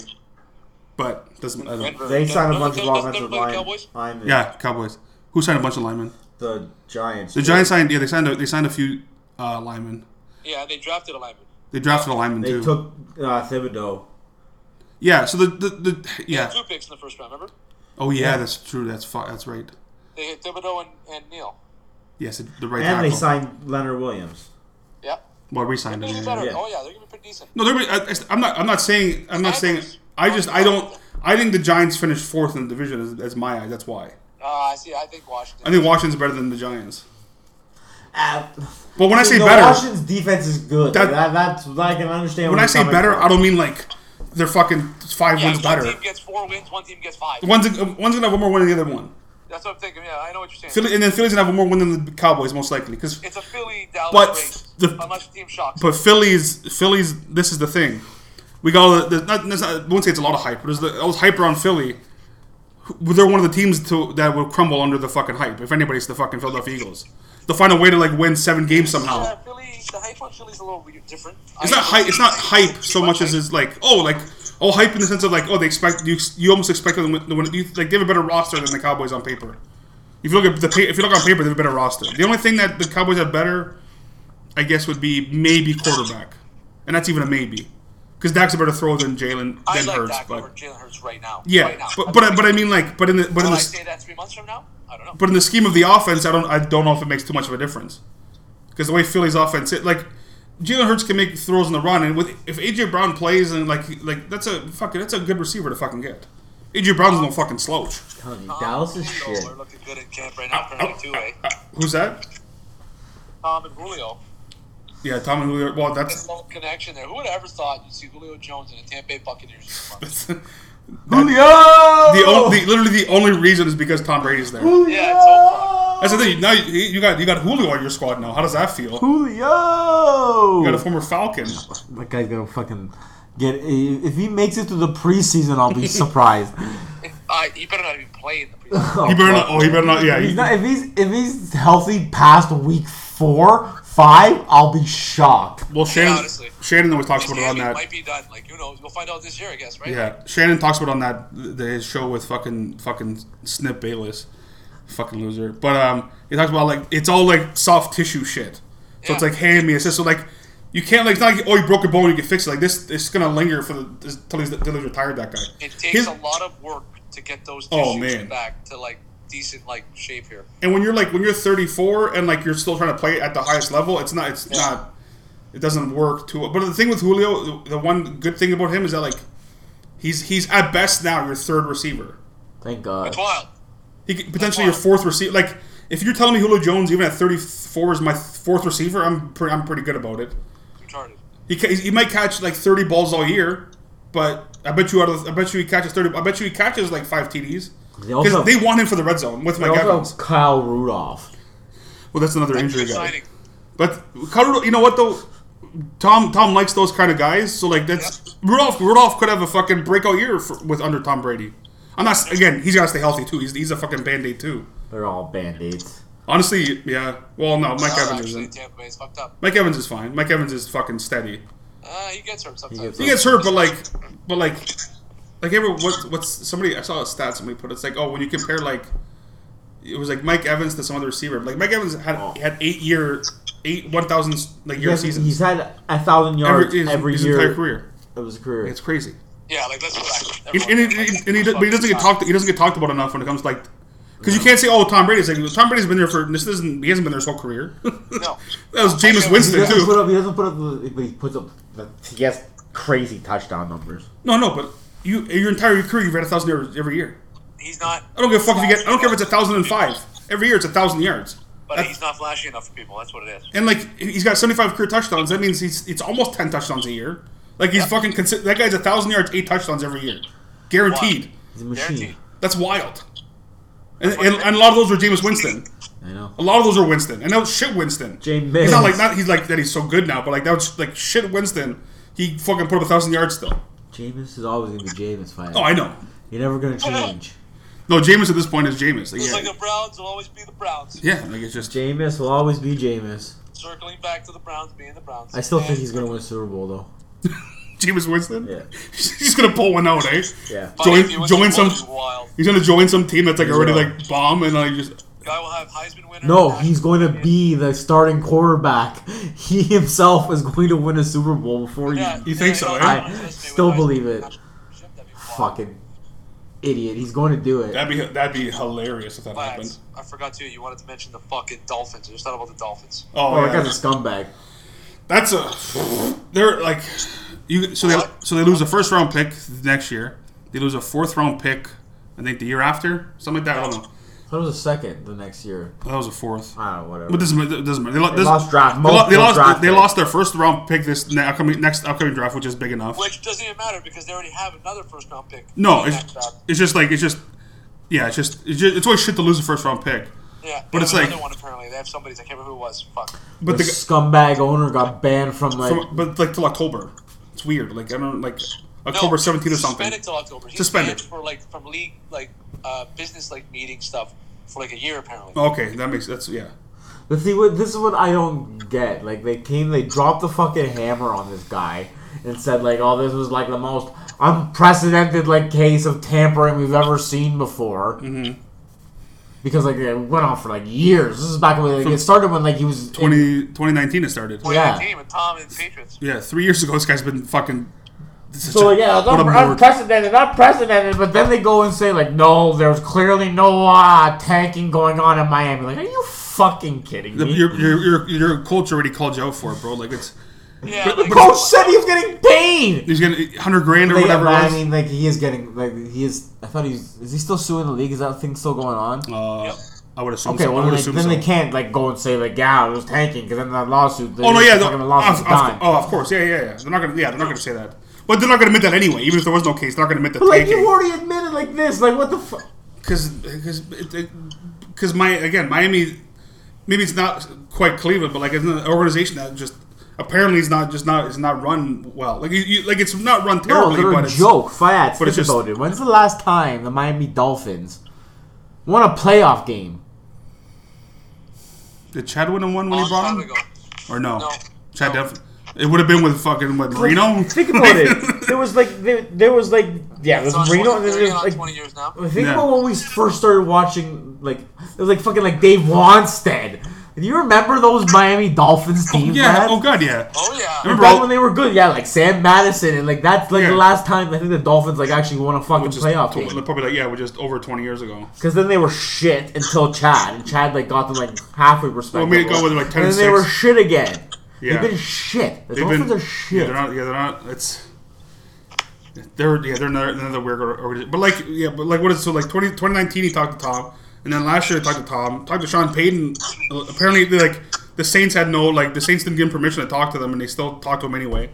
[SPEAKER 3] but doesn't. I don't,
[SPEAKER 4] Denver-
[SPEAKER 2] They signed a
[SPEAKER 4] Denver-
[SPEAKER 2] bunch of
[SPEAKER 4] Denver-
[SPEAKER 2] offensive
[SPEAKER 4] Denver play the
[SPEAKER 2] line,
[SPEAKER 4] Cowboys.
[SPEAKER 2] linemen.
[SPEAKER 3] yeah, Cowboys. Who signed a bunch of linemen?
[SPEAKER 2] The Giants.
[SPEAKER 3] The Giants signed. Yeah, they signed. A, they signed a few uh, linemen.
[SPEAKER 4] Yeah, they drafted a lineman.
[SPEAKER 3] They drafted a lineman
[SPEAKER 2] They
[SPEAKER 3] too.
[SPEAKER 2] took uh, Thibodeau.
[SPEAKER 3] yeah. So the, the, the yeah.
[SPEAKER 4] Two picks in the first round. Remember?
[SPEAKER 3] Oh yeah, that's true. That's fu- That's right.
[SPEAKER 4] They hit Thibodeau and, and Neal.
[SPEAKER 3] Yes, the right
[SPEAKER 2] And they
[SPEAKER 3] tackle.
[SPEAKER 2] signed Leonard Williams.
[SPEAKER 4] Yep.
[SPEAKER 3] well, we signed
[SPEAKER 4] They're
[SPEAKER 3] him.
[SPEAKER 4] gonna be
[SPEAKER 3] yeah.
[SPEAKER 4] better.
[SPEAKER 2] Yeah.
[SPEAKER 4] Oh yeah, they're gonna be pretty decent.
[SPEAKER 3] No, they're, I, I- I'm not. I'm not saying. I'm not saying. I just. I don't. I think the Giants finished fourth in the division. As, as my eyes. That's why.
[SPEAKER 4] Uh, I see. I think Washington.
[SPEAKER 3] I think Washington's better than the Giants.
[SPEAKER 2] Ah,
[SPEAKER 3] But when I say
[SPEAKER 2] the
[SPEAKER 3] better,
[SPEAKER 2] Washington's defense is good.
[SPEAKER 3] That-
[SPEAKER 2] Like, That, that's I can understand.
[SPEAKER 3] when
[SPEAKER 2] where
[SPEAKER 3] I
[SPEAKER 2] you're
[SPEAKER 3] say
[SPEAKER 2] coming
[SPEAKER 3] better,
[SPEAKER 2] from.
[SPEAKER 3] I don't mean like they're fucking five
[SPEAKER 4] yeah,
[SPEAKER 3] wins
[SPEAKER 4] one
[SPEAKER 3] better.
[SPEAKER 4] team gets four wins, one team gets five.
[SPEAKER 3] One's one's gonna have one more win than the other one.
[SPEAKER 4] That's what I'm thinking. Yeah, I know what you're saying.
[SPEAKER 3] Philly, and then Philly's gonna have one more win than the Cowboys most likely. Because
[SPEAKER 4] it's a Philly Dallas
[SPEAKER 3] But
[SPEAKER 4] race,
[SPEAKER 3] the-
[SPEAKER 4] unless the team shocks.
[SPEAKER 3] but Philly's Philly's this is the thing. We got all the, there's not, there's not, I won't say it's a lot of hype, but there's the, all this hype around Philly. Who- They're one of the teams to, that will crumble under the fucking hype. If anybody's the fucking Philadelphia Eagles, they'll find a way to like win seven games somehow.
[SPEAKER 4] yeah, Philly, the hype on Philly's a little weird, different.
[SPEAKER 3] It's not hype. It's not hype so much as it's like oh, like oh, hype in the sense of like oh, they expect you. You almost expect them to win. You, like they have a better roster than the Cowboys on paper. If you look at the pa- if you look on paper, they have a better roster. The only thing that the Cowboys have better, I guess, would be maybe quarterback, and that's even a maybe, because Dak's a better thrower than Jalen
[SPEAKER 4] I
[SPEAKER 3] than
[SPEAKER 4] like
[SPEAKER 3] Hurts.
[SPEAKER 4] Dak
[SPEAKER 3] but
[SPEAKER 4] over Jalen Hurts right now.
[SPEAKER 3] yeah,
[SPEAKER 4] right now.
[SPEAKER 3] but but I, but I mean like but in the but in
[SPEAKER 4] Will
[SPEAKER 3] the
[SPEAKER 4] I
[SPEAKER 3] s-
[SPEAKER 4] say that three months from now? I don't know.
[SPEAKER 3] but in the scheme of the offense, I don't I don't know if it makes too much of a difference because the way Philly's offense, it, like Jalen Hurts can make throws in the run, and with if AJ Brown plays and like he- like that's a fucking that's a good receiver to fucking get. AJ Brown's no fucking slouch.
[SPEAKER 2] Telling you, Dallas is
[SPEAKER 4] Julio
[SPEAKER 2] shit.
[SPEAKER 4] are looking good in camp right now. Apparently, two way.
[SPEAKER 3] Uh, Who's that?
[SPEAKER 4] Tom and Julio.
[SPEAKER 3] Yeah, Tom and Julio. Well,
[SPEAKER 4] There's
[SPEAKER 3] that's
[SPEAKER 4] a little connection there. Who would have ever thought you'd see Julio Jones in a Tampa Bay Buccaneers? uniform?
[SPEAKER 3] the only literally the only reason is because Tom Brady's there.
[SPEAKER 4] yeah, it's so
[SPEAKER 3] That's the thing. Now you, you got you got Julio on your squad now. How does that feel? You got a
[SPEAKER 2] Julio.
[SPEAKER 3] former Falcon.
[SPEAKER 2] That guy's gonna fucking get. If he makes it to the preseason, I'll be surprised.
[SPEAKER 4] fun. Uh, you better not even play in the preseason.
[SPEAKER 3] He better not. Oh, he better not. Yeah,
[SPEAKER 2] If he's
[SPEAKER 3] he,
[SPEAKER 2] not, if he's if he's healthy past week four, five, I'll be shocked.
[SPEAKER 3] well, Shannon.
[SPEAKER 4] honestly.
[SPEAKER 3] Shannon always talks
[SPEAKER 4] His
[SPEAKER 3] about it on
[SPEAKER 4] hammy
[SPEAKER 3] that.
[SPEAKER 4] might be done. Like who knows? We'll find out this year, I guess. Right?
[SPEAKER 3] Yeah, Shannon talks about on that the, his show with fucking fucking Snip Bayless, fucking loser. But um, he talks about like it's all like soft tissue shit. So it's
[SPEAKER 4] Yeah.
[SPEAKER 3] like hammy. It's just so like you can't like it's not like oh you broke a bone you can fix it like this. It's gonna linger for the this- till he's till he's retired. That guy.
[SPEAKER 4] It takes
[SPEAKER 3] His-
[SPEAKER 4] a lot of work to get those
[SPEAKER 3] Oh,
[SPEAKER 4] tissues
[SPEAKER 3] man.
[SPEAKER 4] back to like decent like shape here.
[SPEAKER 3] and when you're like when you're 34 and like you're still trying to play at the highest level, it's not it's not it doesn't work too. But the thing with Julio, the, the one good thing about him is that like he's he's at best now your third receiver.
[SPEAKER 2] Thank God.
[SPEAKER 4] It's wild.
[SPEAKER 3] He could, potentially your
[SPEAKER 4] That's why.
[SPEAKER 3] fourth receiver. Like if you're telling me Julio Jones even at 34 is my th- fourth receiver, I'm pretty I'm pretty good about it.
[SPEAKER 4] Retarded.
[SPEAKER 3] He ca- he might catch like 30 balls all year, but I bet you out of I bet you he catches 30. I bet you he catches like five TDs
[SPEAKER 2] They
[SPEAKER 3] because
[SPEAKER 2] also-
[SPEAKER 3] they want him for the red zone with
[SPEAKER 2] They
[SPEAKER 3] my
[SPEAKER 2] also
[SPEAKER 3] Evans.
[SPEAKER 2] have Kyle Rudolph.
[SPEAKER 3] Well, that's another injury
[SPEAKER 4] Good
[SPEAKER 3] guy.
[SPEAKER 4] signing.
[SPEAKER 3] But Carter, you know what though? Tom Tom likes those kind of guys, so like that's Rudolph. Rudolph could have a fucking breakout year for, with under Tom Brady. I'm not again. He's got to stay healthy too. He's he's a fucking band aid too.
[SPEAKER 2] They're all band aids.
[SPEAKER 3] Honestly, yeah. Well, no, Mike
[SPEAKER 4] Uh,
[SPEAKER 3] Evans eh?
[SPEAKER 4] actually,
[SPEAKER 3] isn't.
[SPEAKER 4] Tampa Bay's fucked up.
[SPEAKER 3] Mike Evans is fine. Mike Evans is fucking steady.
[SPEAKER 4] Uh, he gets hurt sometimes.
[SPEAKER 2] gets
[SPEAKER 3] He gets hurt, but like, but like, like every what, what's somebody I saw a stat somebody put. It's like oh when you compare like, it was like Mike Evans to some other receiver. Like Mike Evans had had eight year, eight one thousand like year
[SPEAKER 2] Yes,
[SPEAKER 3] seasons
[SPEAKER 2] he's had a thousand yards
[SPEAKER 3] every,
[SPEAKER 2] every,
[SPEAKER 3] his, his
[SPEAKER 2] year
[SPEAKER 3] entire career.
[SPEAKER 2] of his career.
[SPEAKER 3] It's crazy.
[SPEAKER 4] Yeah, like that's what I.
[SPEAKER 3] And, and, it, it- and he, do- but he doesn't get
[SPEAKER 4] Fucking
[SPEAKER 3] talked. He doesn't get talked about enough when it comes to like, because you can't say, "Oh, Tom Brady's like Tom Brady's been there for this isn't he hasn't been there his whole career." that
[SPEAKER 4] No.
[SPEAKER 3] was Jameis
[SPEAKER 2] He
[SPEAKER 3] Winston
[SPEAKER 2] doesn't put
[SPEAKER 3] too.
[SPEAKER 2] up. He doesn't put up. the- But he puts up. The, he has crazy touchdown numbers.
[SPEAKER 3] No, no, but you your entire career you've had a thousand yards every year.
[SPEAKER 4] He's not.
[SPEAKER 3] I don't give a fuck if you get. I don't care if it's a thousand and five every year. It's a thousand yards.
[SPEAKER 4] But
[SPEAKER 3] That's-
[SPEAKER 4] he's not flashy enough for people. That's what it is.
[SPEAKER 3] And like he's got seventy five career touchdowns. That means he's it's almost ten touchdowns a year. Like he's fucking consi- that guy's a thousand yards, eight touchdowns every year, guaranteed.
[SPEAKER 4] Wow.
[SPEAKER 2] He's a machine.
[SPEAKER 4] Guaranteed.
[SPEAKER 3] That's wild. And, and, and a lot of those were Jameis Winston.
[SPEAKER 2] I know.
[SPEAKER 3] A lot of those are Winston, and that was shit Winston.
[SPEAKER 2] Jameis.
[SPEAKER 3] He's not like not he's like that. He's so good now, but like that was like shit Winston. He fucking put up a thousand yards still.
[SPEAKER 2] Jameis is always gonna be Jameis. Fine.
[SPEAKER 3] Oh, I know.
[SPEAKER 2] You're never gonna change.
[SPEAKER 3] No, Jameis at this point is Jameis. Like,
[SPEAKER 4] Just
[SPEAKER 3] yeah,
[SPEAKER 4] like the Browns will always be the Browns.
[SPEAKER 3] yeah. Like it's just
[SPEAKER 2] Jameis will always be Jameis.
[SPEAKER 4] Circling back to the Browns being the Browns.
[SPEAKER 2] I still think
[SPEAKER 4] And
[SPEAKER 2] he's gonna win a Super Bowl though.
[SPEAKER 3] Jameis Winston.
[SPEAKER 2] Yeah.
[SPEAKER 3] he's gonna pull one out, eh?
[SPEAKER 2] Yeah.
[SPEAKER 4] funny
[SPEAKER 3] join-
[SPEAKER 4] if he wins
[SPEAKER 3] join
[SPEAKER 4] the Bowl,
[SPEAKER 3] some-
[SPEAKER 4] he's Wild.
[SPEAKER 3] He's gonna join some team that's like already
[SPEAKER 2] will.
[SPEAKER 3] like bomb and like just
[SPEAKER 4] Guy will have Heisman winner.
[SPEAKER 2] No, he's going to be the starting quarterback. He himself is going to win a Super Bowl before you.
[SPEAKER 4] Yeah,
[SPEAKER 3] You think so,
[SPEAKER 4] yeah,
[SPEAKER 3] eh?
[SPEAKER 4] yeah,
[SPEAKER 2] I
[SPEAKER 4] yeah.
[SPEAKER 2] still believe it.
[SPEAKER 4] That'd be wild.
[SPEAKER 2] Fucking idiot. He's going to do it.
[SPEAKER 3] that'd be that'd be hilarious if that happened.
[SPEAKER 4] Lads, I forgot too. You wanted to mention the fucking Dolphins. I just thought about the Dolphins.
[SPEAKER 3] Oh,
[SPEAKER 2] Oh,
[SPEAKER 3] yeah.
[SPEAKER 2] that guy's a scumbag.
[SPEAKER 3] That's a they're like you. So they so they lose a first round pick next year. They lose a fourth round pick. I think the year after, something like that. I don't know.
[SPEAKER 2] That was a second the next year.
[SPEAKER 3] That was a fourth.
[SPEAKER 2] I don't know, whatever.
[SPEAKER 3] But this doesn't doesn't matter. They, lo- this-
[SPEAKER 2] lost draft-
[SPEAKER 3] They, lo- they
[SPEAKER 2] multiple
[SPEAKER 3] lost.
[SPEAKER 2] draft
[SPEAKER 3] they
[SPEAKER 2] picks.
[SPEAKER 3] lost their first round pick this ne- upcoming, next upcoming draft, which is big enough.
[SPEAKER 4] Which doesn't even matter because they already have another first round pick.
[SPEAKER 3] No,
[SPEAKER 4] In
[SPEAKER 3] it's,
[SPEAKER 4] that draft.
[SPEAKER 3] it's just like it's just yeah, it's just, it's just it's always shit to lose a first round pick.
[SPEAKER 4] yeah.
[SPEAKER 3] but
[SPEAKER 4] they
[SPEAKER 3] it's
[SPEAKER 4] have
[SPEAKER 3] like-
[SPEAKER 4] another one apparently. They have somebody's. I can't remember who it was. Fuck.
[SPEAKER 3] But
[SPEAKER 2] the
[SPEAKER 3] the,
[SPEAKER 2] scumbag owner got banned from like.
[SPEAKER 3] from, but like till October, it's weird. Like I don't like
[SPEAKER 4] No,
[SPEAKER 3] October seventeenth or something.
[SPEAKER 4] Suspended till October. He's
[SPEAKER 3] Suspended.
[SPEAKER 4] banned for like from league like uh, business like meeting stuff for like a year apparently.
[SPEAKER 3] Okay, that makes that's yeah.
[SPEAKER 2] But see, what this is what I don't get. Like they came, they dropped the fucking hammer on this guy and said like, "Oh, this was like the most unprecedented like case of tampering we've ever seen before." Mm-hmm. Because like it went on for like years. This is back when like, it started when like he was in-
[SPEAKER 3] 20, 2019 it started.
[SPEAKER 2] Yeah.
[SPEAKER 4] Team and Tom and the Patriots.
[SPEAKER 3] Yeah, three years ago, this guy's been fucking. this is
[SPEAKER 2] So
[SPEAKER 3] just-
[SPEAKER 2] yeah, it's
[SPEAKER 3] what a
[SPEAKER 2] un-
[SPEAKER 3] moron.
[SPEAKER 2] unprecedented, unprecedented. But then they go and say like, "No, there's clearly no uh, tanking going on in Miami." Like, are you fucking kidding
[SPEAKER 3] The-
[SPEAKER 2] me?
[SPEAKER 3] your, your, your, your coach already called you out for it, bro. Like it's
[SPEAKER 4] Yeah.
[SPEAKER 3] But-
[SPEAKER 4] like,
[SPEAKER 3] but-
[SPEAKER 2] Coach said he was getting paid.
[SPEAKER 3] he's getting hundred grand or
[SPEAKER 2] But yeah,
[SPEAKER 3] whatever.
[SPEAKER 2] but
[SPEAKER 3] it
[SPEAKER 2] I
[SPEAKER 3] was.
[SPEAKER 2] mean, like he is getting like he is. I thought he's is he still suing the league? Is that thing still going on?
[SPEAKER 3] Uh, I would assume.
[SPEAKER 2] okay,
[SPEAKER 3] so. I
[SPEAKER 2] well then,
[SPEAKER 3] would
[SPEAKER 2] they,
[SPEAKER 3] assume
[SPEAKER 2] then
[SPEAKER 3] so.
[SPEAKER 2] they can't like go and say like yeah it was tanking because then that lawsuit.
[SPEAKER 3] Oh no, yeah,
[SPEAKER 2] the,
[SPEAKER 3] no,
[SPEAKER 2] fucking
[SPEAKER 3] of,
[SPEAKER 2] lawsuit's
[SPEAKER 3] of,
[SPEAKER 2] done.
[SPEAKER 3] oh, of course, yeah, yeah, yeah. They're not gonna, yeah, they're not gonna say that. But they're not gonna admit that anyway. Even if there was no case, they're not gonna admit that.
[SPEAKER 2] But like you already admitted like this, like what the fuck?
[SPEAKER 3] because because my again Miami, maybe it's not quite Cleveland, but like it's an organization that just apparently is not just not is not run well. Like you, you like it's not run
[SPEAKER 2] No,
[SPEAKER 3] terribly,
[SPEAKER 2] they're
[SPEAKER 3] but
[SPEAKER 2] a
[SPEAKER 3] it's,
[SPEAKER 2] joke. Fiat,
[SPEAKER 3] but
[SPEAKER 2] think
[SPEAKER 3] it's just-
[SPEAKER 2] about it. When's the last time the Miami Dolphins won a playoff game?
[SPEAKER 3] did Oh, Chad win one uh, when
[SPEAKER 4] a
[SPEAKER 3] he
[SPEAKER 4] long
[SPEAKER 3] brought
[SPEAKER 4] time
[SPEAKER 3] him
[SPEAKER 4] ago.
[SPEAKER 3] or no?
[SPEAKER 4] No.
[SPEAKER 3] Chad definitely. It would have been with fucking what Reno.
[SPEAKER 2] Think about it. There was like there, there was like yeah, there's
[SPEAKER 4] It's on
[SPEAKER 2] Reno
[SPEAKER 4] 20,
[SPEAKER 2] and then
[SPEAKER 4] they're
[SPEAKER 2] there's
[SPEAKER 4] in on
[SPEAKER 2] like
[SPEAKER 4] 20 years now.
[SPEAKER 2] I think
[SPEAKER 3] Yeah.
[SPEAKER 2] about when we first started watching, like it was like fucking like Dave Wanstead. Do you remember those Miami Dolphins teams?
[SPEAKER 3] yeah.
[SPEAKER 2] man?
[SPEAKER 3] Oh god. Yeah.
[SPEAKER 4] Oh yeah.
[SPEAKER 3] Remember
[SPEAKER 2] Back
[SPEAKER 3] all,
[SPEAKER 2] when they were good, yeah, like Sam Madison, and like that's like
[SPEAKER 3] Yeah.
[SPEAKER 2] the last time I think the Dolphins like actually won a fucking
[SPEAKER 3] just
[SPEAKER 2] playoff
[SPEAKER 3] tw-
[SPEAKER 2] game.
[SPEAKER 3] Probably like yeah, we're just over twenty years ago.
[SPEAKER 2] Because then they were shit until Chad, and Chad like got them like halfway respectable.
[SPEAKER 3] made it go with, like, 10
[SPEAKER 2] and
[SPEAKER 3] and
[SPEAKER 2] then they were
[SPEAKER 3] 6.
[SPEAKER 2] shit again.
[SPEAKER 3] Yeah.
[SPEAKER 2] They've been shit. The
[SPEAKER 3] They've
[SPEAKER 2] Dolphins
[SPEAKER 3] been
[SPEAKER 2] are
[SPEAKER 3] Yeah,
[SPEAKER 2] shit.
[SPEAKER 3] they're not. Yeah, they're not. It's they're yeah, they're another, another weird organization. But like yeah, but like what is so like 20, 2019 he talked to Tom, and then last year he talked to Tom, talked to Sean Payton. Uh, Apparently, they, like the Saints had no like the Saints didn't give him permission to talk to them, and they still talked to him anyway.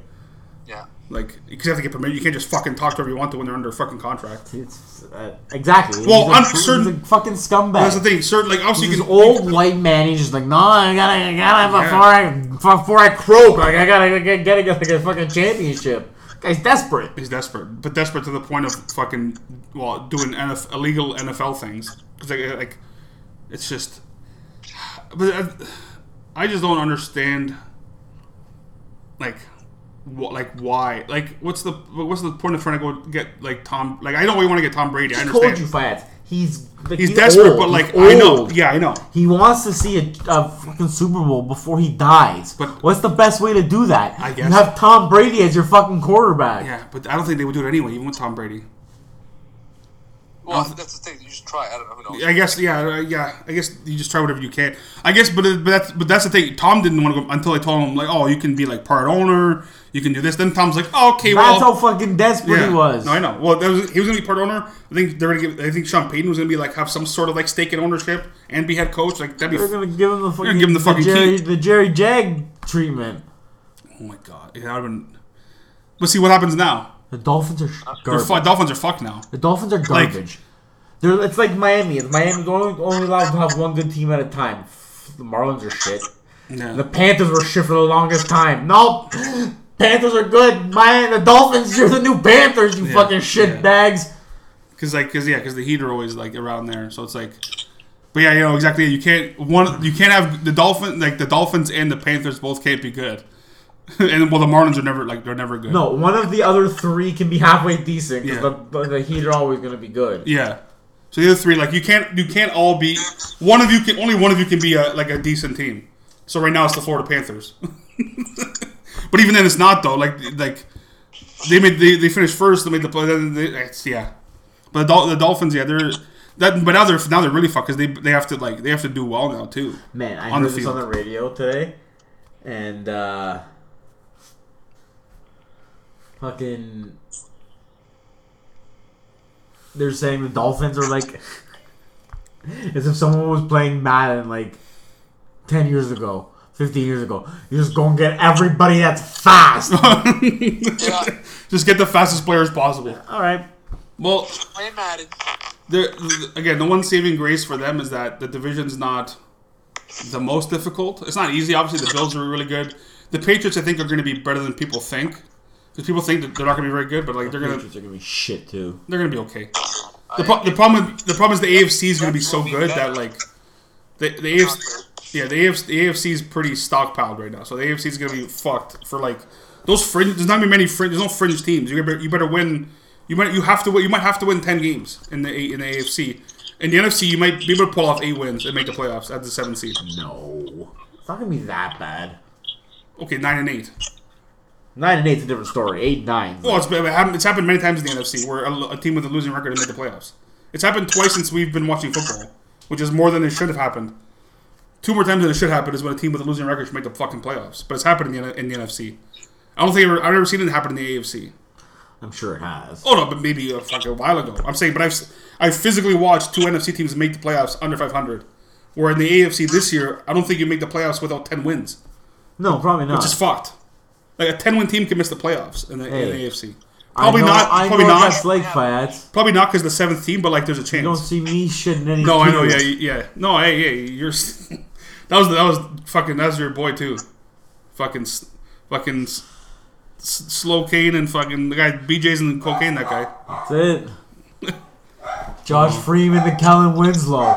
[SPEAKER 4] Yeah.
[SPEAKER 3] Like because you have to get permission, you can't just fucking talk to whoever you want to when they're under a fucking contract.
[SPEAKER 2] It's, uh, exactly.
[SPEAKER 3] Well,
[SPEAKER 2] he's a,
[SPEAKER 3] I'm
[SPEAKER 2] he's
[SPEAKER 3] certain-
[SPEAKER 2] a fucking scumbag.
[SPEAKER 3] That's the thing. Certain like obviously
[SPEAKER 2] He's
[SPEAKER 3] you
[SPEAKER 2] this
[SPEAKER 3] can
[SPEAKER 2] old white man. He's just like, no, I gotta, I gotta
[SPEAKER 3] Yeah.
[SPEAKER 2] before I before I croak, like I gotta get gotta get like a fucking championship. Guy's desperate.
[SPEAKER 3] He's desperate, but desperate to the point of fucking well doing NF, illegal NFL things. 'Cause, like, like, it's just. But uh, I, I just don't understand. Like, what? Like why? Like, what's the what's the point of trying to go get like Tom? Like, I know we want to get Tom Brady. I
[SPEAKER 2] I told
[SPEAKER 3] understand.
[SPEAKER 2] you, Fiat. He's like,
[SPEAKER 3] He's desperate,
[SPEAKER 2] old.
[SPEAKER 3] but like
[SPEAKER 2] He's
[SPEAKER 3] I know,
[SPEAKER 2] old.
[SPEAKER 3] yeah, I know.
[SPEAKER 2] He wants to see a, a fucking Super Bowl before he dies.
[SPEAKER 3] But-
[SPEAKER 2] what's the best way to do that?
[SPEAKER 3] I guess.
[SPEAKER 2] you have Tom Brady as your fuccking quarterback.
[SPEAKER 3] Yeah, but I don't think they would do it anyway, even with Tom Brady.
[SPEAKER 4] Well, that's the thing. You just try. I don't know. Who knows?
[SPEAKER 3] I guess, yeah, uh, yeah. I guess you just try whatever you can. I guess, but it- but that's but that's the thing. Tom didn't want to go until I told him like, oh, you can be like part owner, you can do this. Then Tom's like, oh, okay, well,
[SPEAKER 2] That's how fucking desperate
[SPEAKER 3] yeah.
[SPEAKER 2] he was.
[SPEAKER 3] No, I know. Well, that was, he was gonna be part owner. I think they're gonna give. I think Sean Payton was gonna be like have some sort of like stake in ownership and be head coach. Like that'd be.
[SPEAKER 2] They're gonna give him the fucking,
[SPEAKER 3] give him the fucking
[SPEAKER 2] Jerry,
[SPEAKER 3] key.
[SPEAKER 2] the Jerry Jag treatment.
[SPEAKER 3] oh my god, yeah, I've been. But see what happens now.
[SPEAKER 2] The Dolphins are sh-
[SPEAKER 3] The
[SPEAKER 2] garbage.
[SPEAKER 3] fu- Dolphins are fucked now.
[SPEAKER 2] The Dolphins are
[SPEAKER 3] Like-
[SPEAKER 2] garbage. They're, it's like Miami. Miami's only, only allowed to have one good team at a time. The Marlins are shit.
[SPEAKER 3] Yeah.
[SPEAKER 2] The Panthers were shit for the longest time. Nope. Panthers are good. My the Dolphins, you're the new Panthers, you fucking shit
[SPEAKER 3] yeah.
[SPEAKER 2] bags.
[SPEAKER 3] Cause like, cause yeah, cause the Heat are always like around there, so it's like, but yeah, you know exactly. You can't one, you can't have the Dolphin like the Dolphins and the Panthers both can't be good, and well the Marlins are never like they're never good.
[SPEAKER 2] No, one of the other three can be halfway decent because
[SPEAKER 3] Yeah.
[SPEAKER 2] the, the, the Heat are always going to be good.
[SPEAKER 3] yeah. So the other three like you can't you can't all be one of you can only one of you can be a like a decent team. So right now it's the Florida Panthers, but even then it's not though. Like like they made they, they finished first, they made the play. Then they, it's, yeah, but the, Dol- the Dolphins yeah they're. That, but now they're now they're really fucked because they they have to like they have to do well now too.
[SPEAKER 2] Man, I
[SPEAKER 3] On
[SPEAKER 2] heard
[SPEAKER 3] the
[SPEAKER 2] this on the
[SPEAKER 3] field.
[SPEAKER 2] radio today, and uh, fucking, they're saying the Dolphins are like, as if someone was playing Madden like ten years ago, fifteen years ago. You just go and get everybody that's fast.
[SPEAKER 3] Just get the fastest players possible.
[SPEAKER 2] All right,
[SPEAKER 3] Well,
[SPEAKER 4] Play Madden.
[SPEAKER 3] there again, the one saving grace for them is that the division's not the most difficult. It's not easy. Obviously, the Bills are really good. The Patriots, I think, are going to be better than people think. Because people think that they're not going to be very good, but like they're going to
[SPEAKER 2] Patriots are gonna be shit too.
[SPEAKER 3] they're going to be okay. The, pro- the problem with- the problem is the AFC is going to be so good that like the the AFC yeah the AFC, the AFC is pretty stockpiled right now. So the AFC is going to be fucked for like those fringe. There's not gonna be many fringe. There's no fringe teams. You better you better win. You might you have to win, you might have to win ten games in the A- in the AFC. In the NFC, you might be able to pull off eight wins and make the playoffs at the seventh seed.
[SPEAKER 2] No, it's not gonna be that bad.
[SPEAKER 3] Okay, nine and eight.
[SPEAKER 2] Nine and eight's a different story. Eight and nine.
[SPEAKER 3] Well, it's, it happened- it's happened many times in the NFC where a, a team with a losing record has made the playoffs. It's happened twice since we've been watching football, which is more than it should have happened. Two more times than it should happen is when a team with a losing record should make the fucking playoffs. But it's happened in the, in the NFC. I don't think I've ever, I've never seen it happen in the AFC.
[SPEAKER 2] I'm sure it has.
[SPEAKER 3] Oh no, but maybe a fucking while ago. I'm saying, but I've s- I physically watched two NFC teams make the playoffs under 500. Where in the AFC this year, I don't think you make the playoffs without 10 wins.
[SPEAKER 2] No, probably not.
[SPEAKER 3] It's just fucked. Like a 10 win team can miss the playoffs in the, in
[SPEAKER 2] Hey.
[SPEAKER 3] the AFC. Probably
[SPEAKER 2] I know,
[SPEAKER 3] not.
[SPEAKER 2] I
[SPEAKER 3] probably
[SPEAKER 2] know
[SPEAKER 3] not.
[SPEAKER 2] That's Lake Fayette.
[SPEAKER 3] Probably not because the seventh team, but like there's a
[SPEAKER 2] You don't
[SPEAKER 3] chance.
[SPEAKER 2] see me shitting any.
[SPEAKER 3] No, I know. Yeah,
[SPEAKER 2] tears.
[SPEAKER 3] you- yeah. No, hey, yeah. You're. s- That was that was fucking. That was your boy too. Fucking, s- fucking, s- s- slow cane and fucking the guy BJ's and cocaine. That guy.
[SPEAKER 2] That's it. Josh Freeman to Kellen Winslow.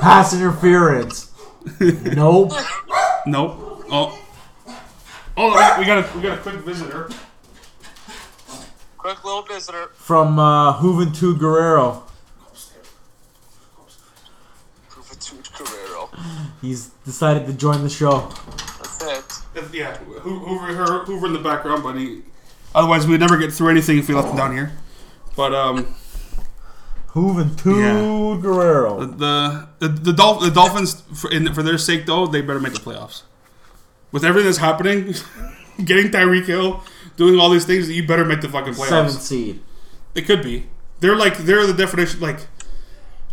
[SPEAKER 2] Pass interference. nope.
[SPEAKER 3] Nope. Oh. Oh, we got a we got a quick visitor.
[SPEAKER 4] Quick little visitor.
[SPEAKER 2] From uh, Juventud Guerrero.
[SPEAKER 4] Juventud Guerrero.
[SPEAKER 2] He's decided to join the show.
[SPEAKER 4] oh, That's it.
[SPEAKER 3] If- Yeah, Ho- Hoover, her- Hoover in the background, buddy. Otherwise, we'd never get through anything if we left him down here. But um,
[SPEAKER 2] Juventud Guerrero.
[SPEAKER 3] the the the, Dolph- the Dolphins for, in, for their sake though they better make the playoffs. With everything that's happening, getting Tyreek Hill, doing all these things, you better make the fucking playoffs.
[SPEAKER 2] Seventh seed.
[SPEAKER 3] It could be. They're like they're the definition. Like,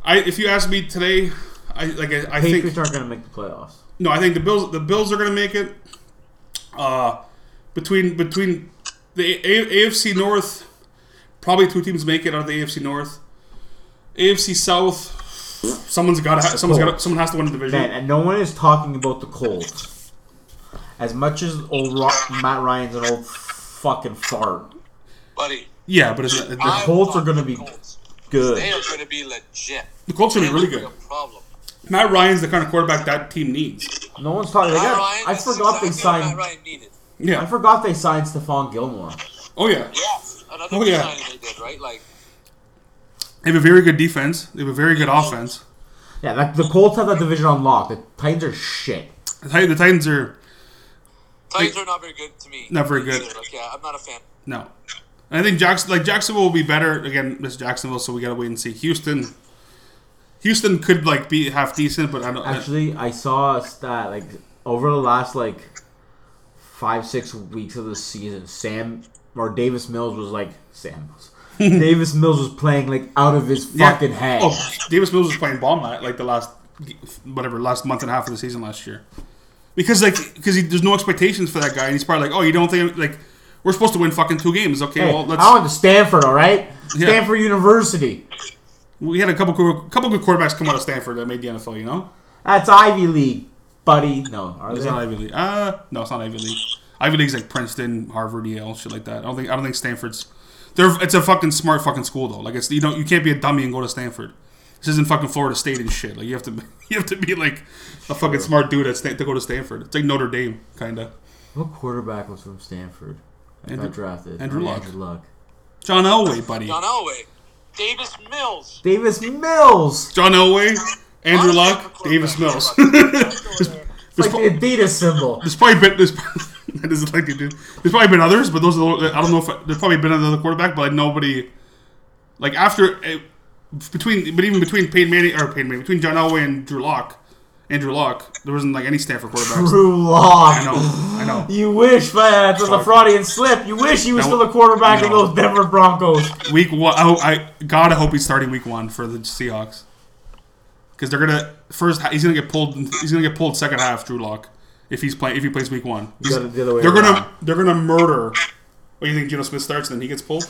[SPEAKER 3] I if you ask me today, I like I, I think
[SPEAKER 2] Patriots aren't going to make the playoffs.
[SPEAKER 3] no, I think the Bills the Bills are going to make it. Uh, between between the A- A- AFC North, probably two teams make it out of the AFC North. AFC South, someone's got to someone's got someone has to win the division.
[SPEAKER 2] Man, and no one is talking about the Colts. As much as old Ro- Matt Ryan's an old fucking fart.
[SPEAKER 4] Buddy.
[SPEAKER 3] Yeah, but it's, it-
[SPEAKER 4] I
[SPEAKER 2] Colts are
[SPEAKER 4] want
[SPEAKER 2] gonna
[SPEAKER 4] the
[SPEAKER 2] be
[SPEAKER 4] Colts. They
[SPEAKER 2] Good.
[SPEAKER 4] are going to be legit.
[SPEAKER 3] the Colts should be really good.
[SPEAKER 4] A problem.
[SPEAKER 3] Matt Ryan's the kind of quarterback that team needs.
[SPEAKER 2] No one's talking. They got,
[SPEAKER 4] Matt Ryan,
[SPEAKER 2] I
[SPEAKER 4] Ah, that's
[SPEAKER 2] forgot they
[SPEAKER 4] exactly what
[SPEAKER 2] signed.
[SPEAKER 4] Matt Ryan needed.
[SPEAKER 2] I
[SPEAKER 3] Yeah.
[SPEAKER 2] forgot they signed Stephon Gilmore.
[SPEAKER 3] Oh yeah.
[SPEAKER 4] Yes, another
[SPEAKER 3] Oh,
[SPEAKER 4] oh,
[SPEAKER 3] yeah.
[SPEAKER 4] signing they did, right? Like
[SPEAKER 3] They have a very good defense. They have a very good offense.
[SPEAKER 2] Yeah, like the Colts have that division unlocked. The Titans are shit.
[SPEAKER 3] The Ti- the Titans are
[SPEAKER 4] Titans are not very good to me.
[SPEAKER 3] Not very good.
[SPEAKER 4] Either. Like, yeah, I'm not a fan.
[SPEAKER 3] No. And I think Jackson, like Jacksonville, will be better again. This Jacksonville, so we gotta wait and see. Houston, Houston could like be half decent, but I don't.
[SPEAKER 2] Actually, I saw a stat like over the last like five six weeks of the season, Sam or Davis Mills was like Sam. Mills. Davis Mills was playing like out of his
[SPEAKER 3] Yeah.
[SPEAKER 2] fucking head.
[SPEAKER 3] Oh, Davis Mills was playing bomb la- like the last whatever last month and a half of the season last year, because like because there's no expectations for that guy, and he's probably like, oh, you don't think like we're supposed to win fucking two games? Okay,
[SPEAKER 2] Hey,
[SPEAKER 3] well let's.
[SPEAKER 2] I went to Stanford, all right.
[SPEAKER 3] Yeah.
[SPEAKER 2] Stanford University.
[SPEAKER 3] We had a couple cool, couple good quarterbacks come out of Stanford that made the NFL. You know,
[SPEAKER 2] That's Ivy League, buddy. No, are
[SPEAKER 3] it's
[SPEAKER 2] they?
[SPEAKER 3] not Ivy League. Uh no, it's not Ivy League. Ivy League's like Princeton, Harvard, Yale, shit like that. I don't think I don't think Stanford's. They're, it's a fucking smart fucking school though. Like it's you know you can't be a dummy and go to Stanford. This isn't fucking Florida State and shit. Like you have to you have to be like a fucking smart dude at Stan- to go to Stanford. It's like Notre Dame kind of.
[SPEAKER 2] What quarterback was from Stanford? I
[SPEAKER 3] Andrew-
[SPEAKER 2] got drafted.
[SPEAKER 3] Andrew
[SPEAKER 2] Oh,
[SPEAKER 3] Luck.
[SPEAKER 2] Andrew Luck.
[SPEAKER 3] John Elway, buddy.
[SPEAKER 4] John Elway, Davis Mills.
[SPEAKER 2] Davis Mills.
[SPEAKER 3] John Elway, Andrew
[SPEAKER 4] Honestly, I'm a
[SPEAKER 3] Luck,
[SPEAKER 4] quarterback.
[SPEAKER 3] Davis Mills.
[SPEAKER 2] It's like the Adidas symbol.
[SPEAKER 3] There's probably been there's, that isn't like it, dude. There's probably been others, but those are the, I don't know if there's probably been another quarterback, but like nobody like after eh, between but even between Peyton Manning or Peyton Manning between John Elway and Drew Lock, Andrew Lock, there wasn't like any Stanford quarterbacks.
[SPEAKER 2] Drew
[SPEAKER 3] I know,
[SPEAKER 2] Lock.
[SPEAKER 3] I know.
[SPEAKER 2] You wish, man, that's a Freudian slip. You wish he was
[SPEAKER 3] No.
[SPEAKER 2] still a quarterback in
[SPEAKER 3] No.
[SPEAKER 2] those Denver Broncos.
[SPEAKER 3] Week one, I, hope- I gotta hope he's starting week one for the Seahawks because they're gonna first he's gonna get pulled he's gonna get pulled second half Drew Lock if he's playing if he plays week one.
[SPEAKER 2] You got it the other way
[SPEAKER 3] They're
[SPEAKER 2] around.
[SPEAKER 3] gonna they're gonna murder. What do you think? Geno Smith starts, and then he gets pulled.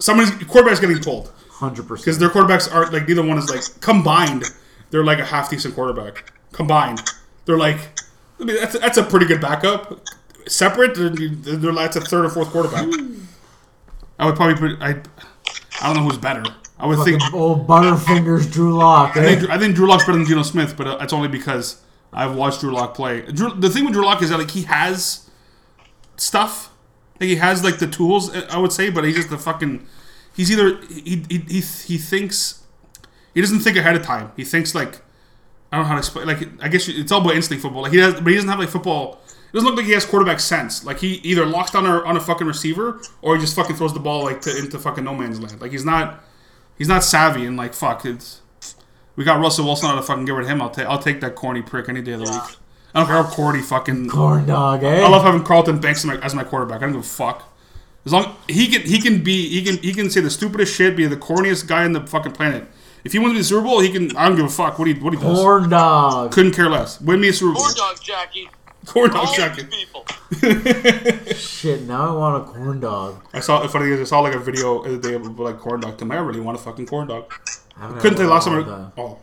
[SPEAKER 3] Somebody's quarterback's getting pulled
[SPEAKER 2] Hundred
[SPEAKER 3] because
[SPEAKER 2] percent.
[SPEAKER 3] their quarterbacks aren't like neither one is like combined. They're like a half decent quarterback combined. They're like I mean that's that's a pretty good backup. Separate, they're, they're like that's a third or fourth quarterback. I would probably put I I don't know who's better. I would think
[SPEAKER 2] Old Butterfingers Drew Lock.
[SPEAKER 3] I
[SPEAKER 2] Eh?
[SPEAKER 3] think, I think Drew Lock's better than Geno Smith, but uh, that's only because I've watched Drew Lock play. Drew, the thing with Drew Lock is that like he has stuff, like he has like the tools. uh, I would say, but he's just a fucking. He's either he he he, he thinks he doesn't think ahead of time. He thinks like I don't know how to explain. Like I guess it's all about instinct football. Like he has, but he doesn't have like football. It doesn't look like he has quarterback sense. Like he either locks down a, on a fucking receiver or he just fucking throws the ball like to, into fucking no man's land. Like he's not he's not savvy and like fuck it's. We got Russell Wilson out of fucking get rid of him. I'll take I'll take that corny prick any day of the week. I don't care how corny fucking.
[SPEAKER 2] Corn dog, eh?
[SPEAKER 3] I love having Carlton Banks as my, as my quarterback. I don't give a fuck. As long he can he can be he can he can say the stupidest shit, be the corniest guy on the fucking planet. If he wins me the Super Bowl, he can. I don't give a fuck what he what he does.
[SPEAKER 2] Corn dog.
[SPEAKER 3] Couldn't care less. Win me a Super Bowl.
[SPEAKER 4] Corn dog Jackie.
[SPEAKER 3] Corn dog
[SPEAKER 4] All
[SPEAKER 3] jacket.
[SPEAKER 4] these people.
[SPEAKER 2] Shit, now I want a corn dog.
[SPEAKER 3] I saw it's funny. I saw like a video the other day of like corn dog. Damn, I really want a fucking corn dog.
[SPEAKER 2] I haven't had
[SPEAKER 3] Couldn't tell
[SPEAKER 2] one
[SPEAKER 3] you last
[SPEAKER 2] in a
[SPEAKER 3] time.
[SPEAKER 2] long
[SPEAKER 3] I, oh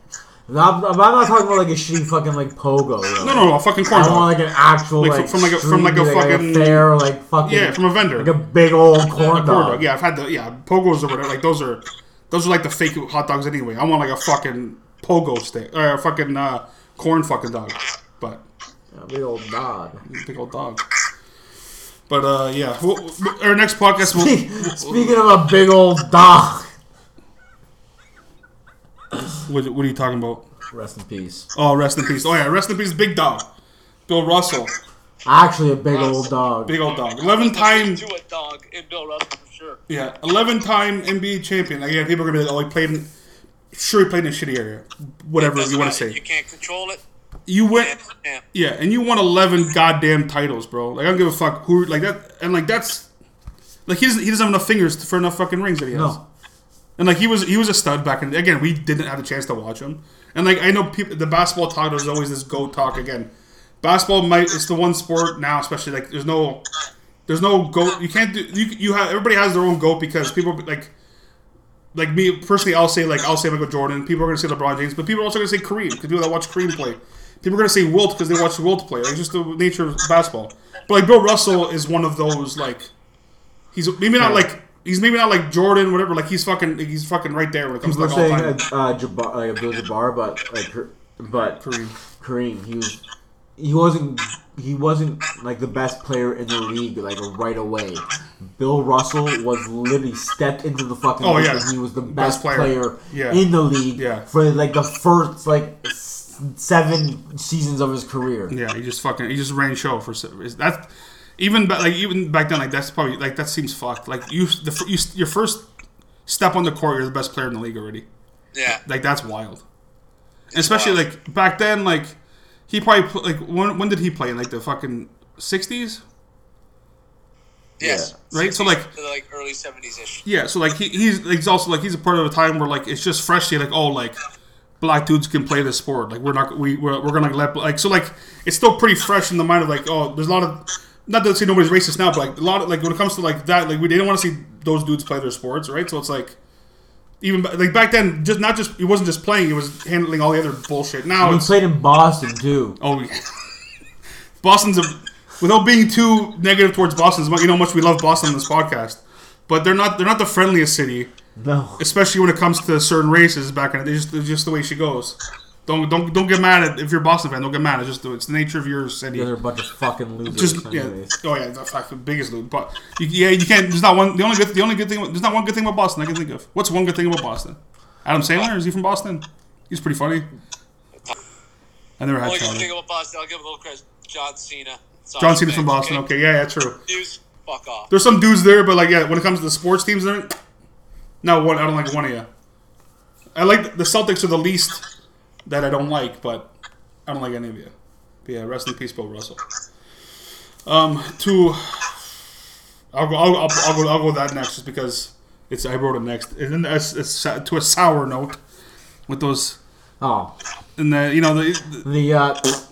[SPEAKER 2] No, I'm, I'm not talking about like a shitty fucking like pogo. Though.
[SPEAKER 3] no, no, no, a fucking corn
[SPEAKER 2] I
[SPEAKER 3] dog.
[SPEAKER 2] want like an actual
[SPEAKER 3] Like,
[SPEAKER 2] like,
[SPEAKER 3] from- from, like, a- from, like, a
[SPEAKER 2] street,
[SPEAKER 3] fucking-
[SPEAKER 2] fair like fucking
[SPEAKER 3] yeah, from a vendor.
[SPEAKER 2] like a big old corn
[SPEAKER 3] corn
[SPEAKER 2] dog.
[SPEAKER 3] dog. Yeah, I've had the yeah pogos or whatever. Like those are those are like the fake hot dogs anyway. I want like a fucking pogo stick or a fucking uh, corn fucking dog. But
[SPEAKER 2] A big old dog.
[SPEAKER 3] big old dog. But uh, yeah, we'll, we'll- our next podcast will
[SPEAKER 2] Speaking of a big old dog,
[SPEAKER 3] what, what are you talking about?
[SPEAKER 2] rest in peace.
[SPEAKER 3] Oh, rest in peace. Oh yeah, rest in peace, Big Dog, Bill Russell,
[SPEAKER 2] Actually, a big old dog.
[SPEAKER 3] Big Old Dog, eleven time
[SPEAKER 4] to a dog in Bill Russell for sure.
[SPEAKER 3] yeah, eleven time NBA champion. Again, people are gonna be like, oh, he played in. Sure, he played in a shitty area. Whatever
[SPEAKER 4] Doesn't
[SPEAKER 3] you want to
[SPEAKER 4] matter. You
[SPEAKER 3] say,
[SPEAKER 4] can't control it.
[SPEAKER 3] you went.
[SPEAKER 4] Yeah.
[SPEAKER 3] Yeah, and you won eleven goddamn titles, bro. Like I don't give a fuck who like that, and like that's like he doesn't he doesn't have enough fingers for enough fucking rings that he has.
[SPEAKER 2] No.
[SPEAKER 3] And like he was he was a stud back in again we didn't have a chance to watch him. And like I know people the basketball talk there's always this goat talk again. Basketball might it's the one sport now especially like there's no there's no goat you can't do you you have everybody has their own goat because people like like me personally, I'll say like I'll say Michael Jordan. People are gonna say LeBron James, but people are also gonna say Kareem because people that watch Kareem play. People are gonna say Wilt because they watch Wilt play. Like, it's just the nature of basketball. But like Bill Russell is one of those like he's maybe not like he's maybe not like Jordan whatever. Like he's fucking he's fucking right there when it comes to
[SPEAKER 2] People are
[SPEAKER 3] like all
[SPEAKER 2] saying uh,
[SPEAKER 3] time.
[SPEAKER 2] uh, Jabbar, like Abdul Jabbar, but like, Kar- but
[SPEAKER 3] Kareem.
[SPEAKER 2] Kareem, he was, he wasn't, he wasn't like the best player in the league like right away. Bill Russell was literally stepped into the fucking
[SPEAKER 3] Oh,
[SPEAKER 2] league
[SPEAKER 3] yeah.
[SPEAKER 2] and he was the
[SPEAKER 3] Best
[SPEAKER 2] best,
[SPEAKER 3] player.
[SPEAKER 2] player,
[SPEAKER 3] Yeah.
[SPEAKER 2] in the league
[SPEAKER 3] Yeah.
[SPEAKER 2] for like the first like s- seven seasons of his career.
[SPEAKER 3] Yeah, he just fucking he just ran show for se- is that even ba- like even back then like that's probably like that seems fucked. Like you the fir- you, your first step on the court, you're the best player in the league already.
[SPEAKER 4] Yeah.
[SPEAKER 3] Like that's wild. Especially like back then, like he probably pl- like when when did he play in like the fucking sixties,
[SPEAKER 4] Yes.
[SPEAKER 3] right? So like
[SPEAKER 4] To the, like early seventies ish.
[SPEAKER 3] yeah, so like he, he's like, he's also like he's a part of a time where like it's just freshly like oh like black dudes can play this sport like we're not we we're, we're gonna let like so like it's still pretty fresh in the mind of like oh there's a lot of not to say nobody's racist now but like a lot of like when it comes to like that like we didn't want to see those dudes play their sports right so it's like even ba- like back then just not just it wasn't just playing it was handling all the other bullshit now
[SPEAKER 2] He
[SPEAKER 3] it's
[SPEAKER 2] played in Boston too.
[SPEAKER 3] Oh, yeah. Boston's a, without being too negative towards Boston, as much- you know how much we love Boston on this podcast, but they're not they're not the friendliest city,
[SPEAKER 2] No.
[SPEAKER 3] especially when it comes to certain races. Back in it, They just it's just the way she goes. Don't don't don't get mad at if you're a Boston fan. Don't get mad. It's just the- it's the nature of your city.
[SPEAKER 2] They're a bunch of fucking losers.
[SPEAKER 3] just yeah.
[SPEAKER 2] anyways.
[SPEAKER 3] Oh yeah, that's like the biggest loot. But you, yeah, you can't. There's not one. The only good. The only good thing. There's not one good thing about Boston I can think of. What's one good thing about Boston? Adam Sandler is he from Boston? He's pretty funny. I never had.
[SPEAKER 4] Only good
[SPEAKER 3] Sandler.
[SPEAKER 4] thing about Boston, I'll give a little credit. John Cena. It's
[SPEAKER 3] John
[SPEAKER 4] on
[SPEAKER 3] Cena's
[SPEAKER 4] the
[SPEAKER 3] from
[SPEAKER 4] fence,
[SPEAKER 3] Boston. Okay, yeah, yeah, true.
[SPEAKER 4] Dudes, fuck off.
[SPEAKER 3] There's some dudes there, but like, yeah, when it comes to the sports teams, there, no one. I don't like one of you. I like the Celtics are the least that I don't like, but I don't like any of you. But yeah, rest in peace, Bill Russell. Um, to I'll go. I'll, I'll, I'll go. I'll go with that next, just because it's. I wrote it next, and then it's, it's to a sour note with those
[SPEAKER 2] Oh,
[SPEAKER 3] and the you know the
[SPEAKER 2] the uh,
[SPEAKER 3] the,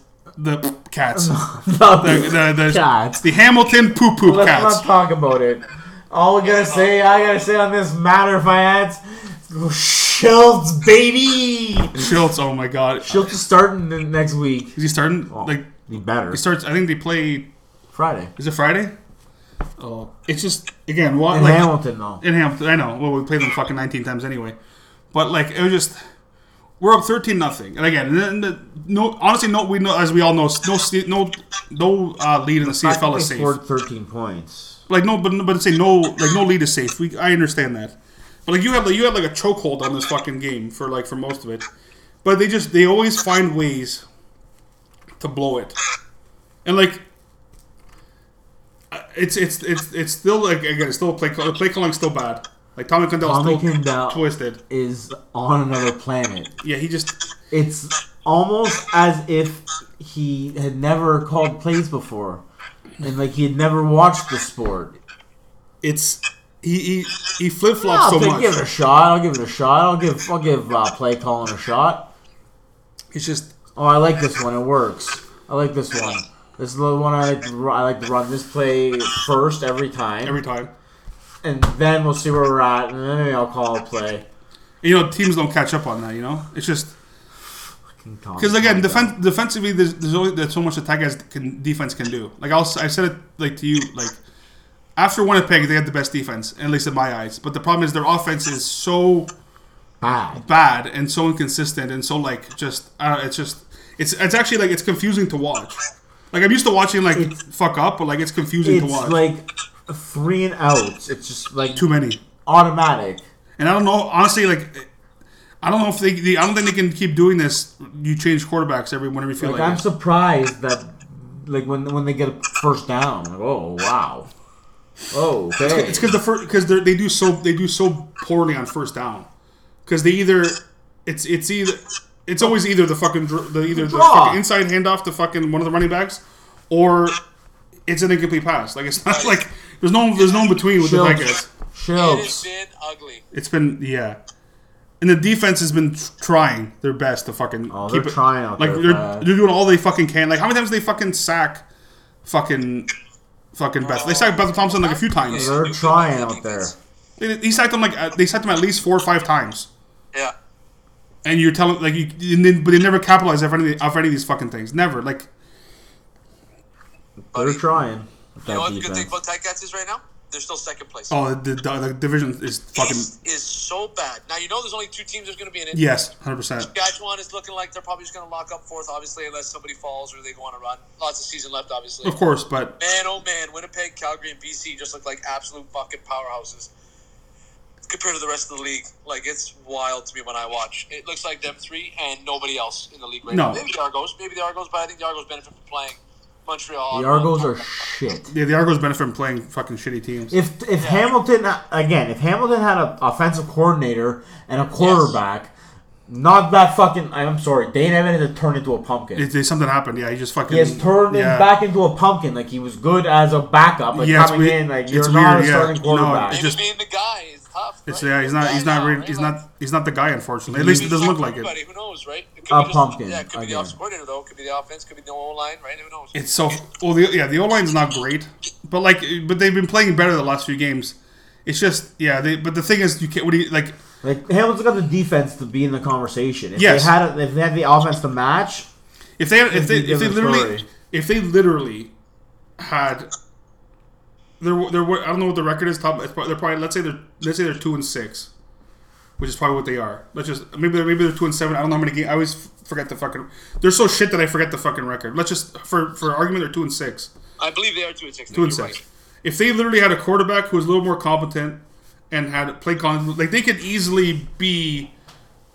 [SPEAKER 3] the cats. The,
[SPEAKER 2] the,
[SPEAKER 3] the, the,
[SPEAKER 2] God.
[SPEAKER 3] the Hamilton poo poo
[SPEAKER 2] Let's
[SPEAKER 3] cats.
[SPEAKER 2] not talk about it. All we gotta say, I gotta say on this matter, if I had Schultz, baby.
[SPEAKER 3] Schultz, oh my god. Is
[SPEAKER 2] Schultz Oh. is starting the next week.
[SPEAKER 3] he starting? Like,
[SPEAKER 2] Be better.
[SPEAKER 3] he starts, I think they play,
[SPEAKER 2] Friday.
[SPEAKER 3] is it Friday? Oh. It's just, again, what,
[SPEAKER 2] In
[SPEAKER 3] like,
[SPEAKER 2] Hamilton, though.
[SPEAKER 3] in Hampton, I know. Well, we played them fucking 19 times anyway. But, like, it was just, we're up 13 nothing. And again, and then the, no, honestly, no, we know, as we all know, no, se- no, no uh, lead in the
[SPEAKER 2] I think
[SPEAKER 3] CFL
[SPEAKER 2] they
[SPEAKER 3] is safe.
[SPEAKER 2] scored 13 points.
[SPEAKER 3] Like, no, but, but say no, like, no lead is safe. We, I understand that. But, like, you had, like, you had, like, a chokehold on this fucking game for, like, for most of it. But they just, they always find ways to blow it, and like uh, it's it's it's it's still like again, it's still play call, the play calling's still bad. Like Tommy Condell's
[SPEAKER 2] Tommy
[SPEAKER 3] still
[SPEAKER 2] Condell.
[SPEAKER 3] twisted.
[SPEAKER 2] Is on another planet.
[SPEAKER 3] Yeah, he just
[SPEAKER 2] It's almost as if he had never called plays before, and like he had never watched the sport.
[SPEAKER 3] it's he he, he flip
[SPEAKER 2] I'll
[SPEAKER 3] flops so
[SPEAKER 2] take-
[SPEAKER 3] much.
[SPEAKER 2] give it a shot. I'll give it a shot. I'll give I'll give uh, play calling a shot.
[SPEAKER 3] It's just
[SPEAKER 2] Oh, I like this one. It works. I like this one. This is the one I like. To, ru- I like to run this play first every time,
[SPEAKER 3] every time.
[SPEAKER 2] and then we'll see where we're at, and then maybe I'll call a play.
[SPEAKER 3] You know, teams don't catch up on that. You know, it's just because
[SPEAKER 2] Because
[SPEAKER 3] again, defen defensively, there's, there's only there's so much attack as can, defense can do. Like I'll, s- I said it like to you, like after Winnipeg, they had the best defense, at least in my eyes. But the problem is their offense is so
[SPEAKER 2] bad.
[SPEAKER 3] bad and so inconsistent and so like just uh, it's just it's it's actually like it's confusing to watch. Like I'm used to watching like
[SPEAKER 2] It's-
[SPEAKER 3] fuck up, but like it's confusing to
[SPEAKER 2] It's
[SPEAKER 3] watch.
[SPEAKER 2] like three and outs. It's just like
[SPEAKER 3] Too many,
[SPEAKER 2] automatic.
[SPEAKER 3] and I don't know honestly. Like I don't know if they, they I don't think they can keep doing this. You change quarterbacks every whenever you feel
[SPEAKER 2] Like
[SPEAKER 3] like,
[SPEAKER 2] I'm
[SPEAKER 3] it.
[SPEAKER 2] surprised that like when when they get a first down, like oh wow, oh okay.
[SPEAKER 3] It's because the first because they do so they do so poorly on first down because they either it's it's either it's always either the fucking dr- the either the
[SPEAKER 2] Draw.
[SPEAKER 3] fucking inside handoff to fucking one of the running backs or it's an incomplete pass. Like it's not like there's no there's no in between with the
[SPEAKER 2] Schultz.
[SPEAKER 3] Vikings.
[SPEAKER 4] It has
[SPEAKER 2] Schultz.
[SPEAKER 4] been ugly.
[SPEAKER 3] It's been yeah. And the defense has been tr- trying their best to fucking
[SPEAKER 2] Oh,
[SPEAKER 3] keep
[SPEAKER 2] they're
[SPEAKER 3] it.
[SPEAKER 2] trying out
[SPEAKER 3] like
[SPEAKER 2] there,
[SPEAKER 3] they're,
[SPEAKER 2] man.
[SPEAKER 3] they're doing all they fucking can. Like how many times they fucking sack, fucking, fucking Beth? They sacked Beth Thompson like a few times.
[SPEAKER 2] They're trying out there.
[SPEAKER 3] They- He sacked him like uh, they sacked him at least four or five times,
[SPEAKER 4] Yeah.
[SPEAKER 3] and you're telling like you, and then, but they never capitalize off any off any of these fucking things. Never like
[SPEAKER 2] They're trying. with
[SPEAKER 4] You
[SPEAKER 2] That
[SPEAKER 4] know what the good thing
[SPEAKER 2] defense.
[SPEAKER 4] about Ticats is right now? They're still second place.
[SPEAKER 3] Oh, the, the, the division is fucking
[SPEAKER 4] East is so bad. Now you know there's only two teams that's going to be in it.
[SPEAKER 3] yes, hundred percent.
[SPEAKER 4] Saskatchewan is looking like they're probably just going to lock up fourth, obviously, unless somebody falls or they go on a run. Lots of season left, obviously.
[SPEAKER 3] Of course, but
[SPEAKER 4] Man, oh man, Winnipeg, Calgary, and BC just look like absolute fucking powerhouses compared to the rest of the league. Like it's wild to me when I watch. It looks like them three and nobody else in the league right
[SPEAKER 3] No.
[SPEAKER 4] now. Maybe the Argos, maybe the Argos, but I think the Argos benefit from playing Montreal.
[SPEAKER 2] The Argos are shit.
[SPEAKER 3] yeah, the Argos benefit from playing fucking shitty teams.
[SPEAKER 2] If if Hamilton again, if Hamilton had an offensive coordinator and a quarterback, not that fucking. I'm sorry, Dane Evans had turned into a pumpkin.
[SPEAKER 3] It, it- something happened. Yeah, he just fucking.
[SPEAKER 2] he has turned him
[SPEAKER 3] yeah.
[SPEAKER 2] back into a pumpkin. Like he was good as a backup, like
[SPEAKER 3] Yeah, it's
[SPEAKER 2] coming
[SPEAKER 3] weird-
[SPEAKER 2] in, like
[SPEAKER 3] it's
[SPEAKER 2] you're not
[SPEAKER 3] weird,
[SPEAKER 2] a
[SPEAKER 3] yeah.
[SPEAKER 2] starting
[SPEAKER 3] No,
[SPEAKER 2] quarterback.
[SPEAKER 3] it
[SPEAKER 4] Maybe
[SPEAKER 3] just-
[SPEAKER 4] being the guy is tough.
[SPEAKER 3] It's
[SPEAKER 4] right?
[SPEAKER 3] yeah, he's not.
[SPEAKER 4] the
[SPEAKER 3] He's
[SPEAKER 4] guy
[SPEAKER 3] not.
[SPEAKER 4] now,
[SPEAKER 3] Really,
[SPEAKER 4] right?
[SPEAKER 3] he's
[SPEAKER 4] Like,
[SPEAKER 3] not. He's not the guy. Unfortunately, at least it doesn't look like it.
[SPEAKER 4] Everybody, Who knows, right?
[SPEAKER 2] A
[SPEAKER 4] It could be just-
[SPEAKER 2] Uh, pumpkin,
[SPEAKER 4] Yeah, it could be the
[SPEAKER 2] again.
[SPEAKER 4] offensive coordinator though. It could be the offense. Could be the O line, right? Who knows?
[SPEAKER 3] It's so well. The, yeah, the O line's not great, but like, but they've been playing better the last few games. It's just yeah. They but the thing is, you can't. What do you like?
[SPEAKER 2] Like Hamilton's got the defense to be in the conversation. If
[SPEAKER 3] Yes.
[SPEAKER 2] they had a, if they had the offense to match,
[SPEAKER 3] If they if they
[SPEAKER 2] be
[SPEAKER 3] if they
[SPEAKER 2] different
[SPEAKER 3] literally
[SPEAKER 2] story.
[SPEAKER 3] if they literally had there were- there were I don't know what the record is. Top it's prob- they're probably let's say they're let's say they're two and six, which is probably what they are. Let's just maybe they're maybe they're two and seven. I don't know how many games. I always f- forget the fucking. They're so shit that I forget the fucking record. Let's just for for argument they're two and six.
[SPEAKER 4] I believe they are two and six.
[SPEAKER 3] Two and six. If they literally had a quarterback who was a little more competent and had play con, like they could easily be,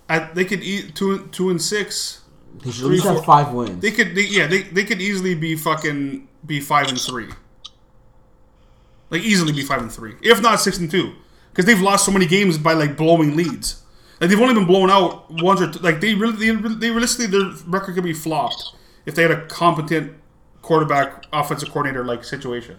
[SPEAKER 3] at they could e- two two and six.
[SPEAKER 2] he should at least
[SPEAKER 3] Three, four-
[SPEAKER 2] have five wins.
[SPEAKER 3] They could, they, yeah, they, they could easily be fucking be five and three. Like easily be five and three, if not six and two, because they've lost so many games by like blowing leads. Like they've only been blown out once or two. like they really they, re- they realistically their record could be flopped if they had a competent quarterback offensive coordinator like situation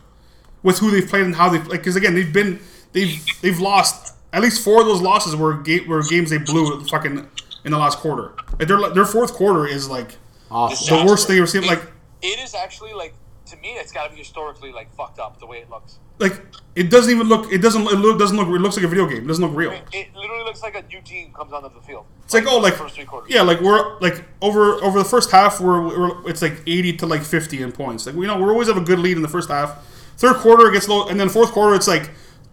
[SPEAKER 3] with who they've played and how they've like because again they've been they've they've lost at least four of those losses were ga- were games they blew fucking in the last quarter. Like their their fourth quarter is like
[SPEAKER 2] Awesome.
[SPEAKER 3] the worst thing I've ever seen. Like,
[SPEAKER 4] It is actually like to me, it's got to be historically like fucked up the way it looks.
[SPEAKER 3] like it doesn't even look. It doesn't. It look, doesn't look. It looks like a video game. It doesn't look real.
[SPEAKER 4] It literally looks like a new team comes onto the field.
[SPEAKER 3] It's like oh, like
[SPEAKER 4] first three quarters.
[SPEAKER 3] yeah, like we're like over over the first half. We're, we're it's like eighty to like fifty in points. Like we know we always have a good lead in the first half. Third quarter it gets low, and then fourth quarter it's like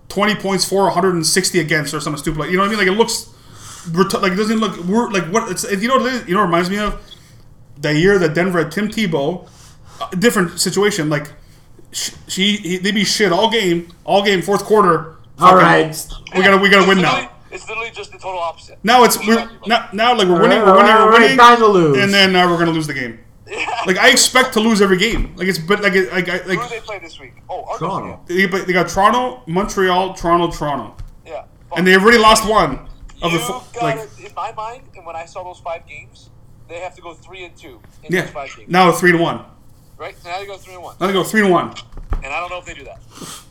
[SPEAKER 3] twenty points for one hundred and sixty against or something stupid. Like you know what I mean? Like it looks. We're t- like it doesn't look. We're like what it's. You know what it is, you know what it reminds me of the year that Denver had Tim Tebow. A different situation. Like sh- she he, they be shit all game, all game fourth quarter. Fucking-
[SPEAKER 2] All right.
[SPEAKER 3] we gotta we gotta
[SPEAKER 4] It's
[SPEAKER 3] win
[SPEAKER 4] literally-
[SPEAKER 3] now.
[SPEAKER 4] It's literally just the total opposite.
[SPEAKER 3] Now it's we're now, now like we're winning,
[SPEAKER 2] right,
[SPEAKER 3] we're
[SPEAKER 2] all
[SPEAKER 3] winning,
[SPEAKER 2] right,
[SPEAKER 3] we're
[SPEAKER 2] all right,
[SPEAKER 3] winning,
[SPEAKER 2] time to lose.
[SPEAKER 3] and then uh, we're gonna lose the game. Like I expect to lose every game. Like it's but like it- like I-
[SPEAKER 4] Who do they
[SPEAKER 3] like
[SPEAKER 4] play this week? Oh, Argos
[SPEAKER 2] Toronto.
[SPEAKER 4] again.
[SPEAKER 3] they, but they got Toronto, Montreal, Toronto, Toronto,
[SPEAKER 4] Yeah.
[SPEAKER 3] and they already lost one of the
[SPEAKER 4] Oh. You
[SPEAKER 3] fo-
[SPEAKER 4] got
[SPEAKER 3] like
[SPEAKER 4] it in my mind, and when I saw those five games, they have to go three and two in
[SPEAKER 3] yeah.
[SPEAKER 4] those five games,
[SPEAKER 3] Now three to one.
[SPEAKER 4] right? So now they go three and one,
[SPEAKER 3] Now they go three to one.
[SPEAKER 4] and I don't know if they do that.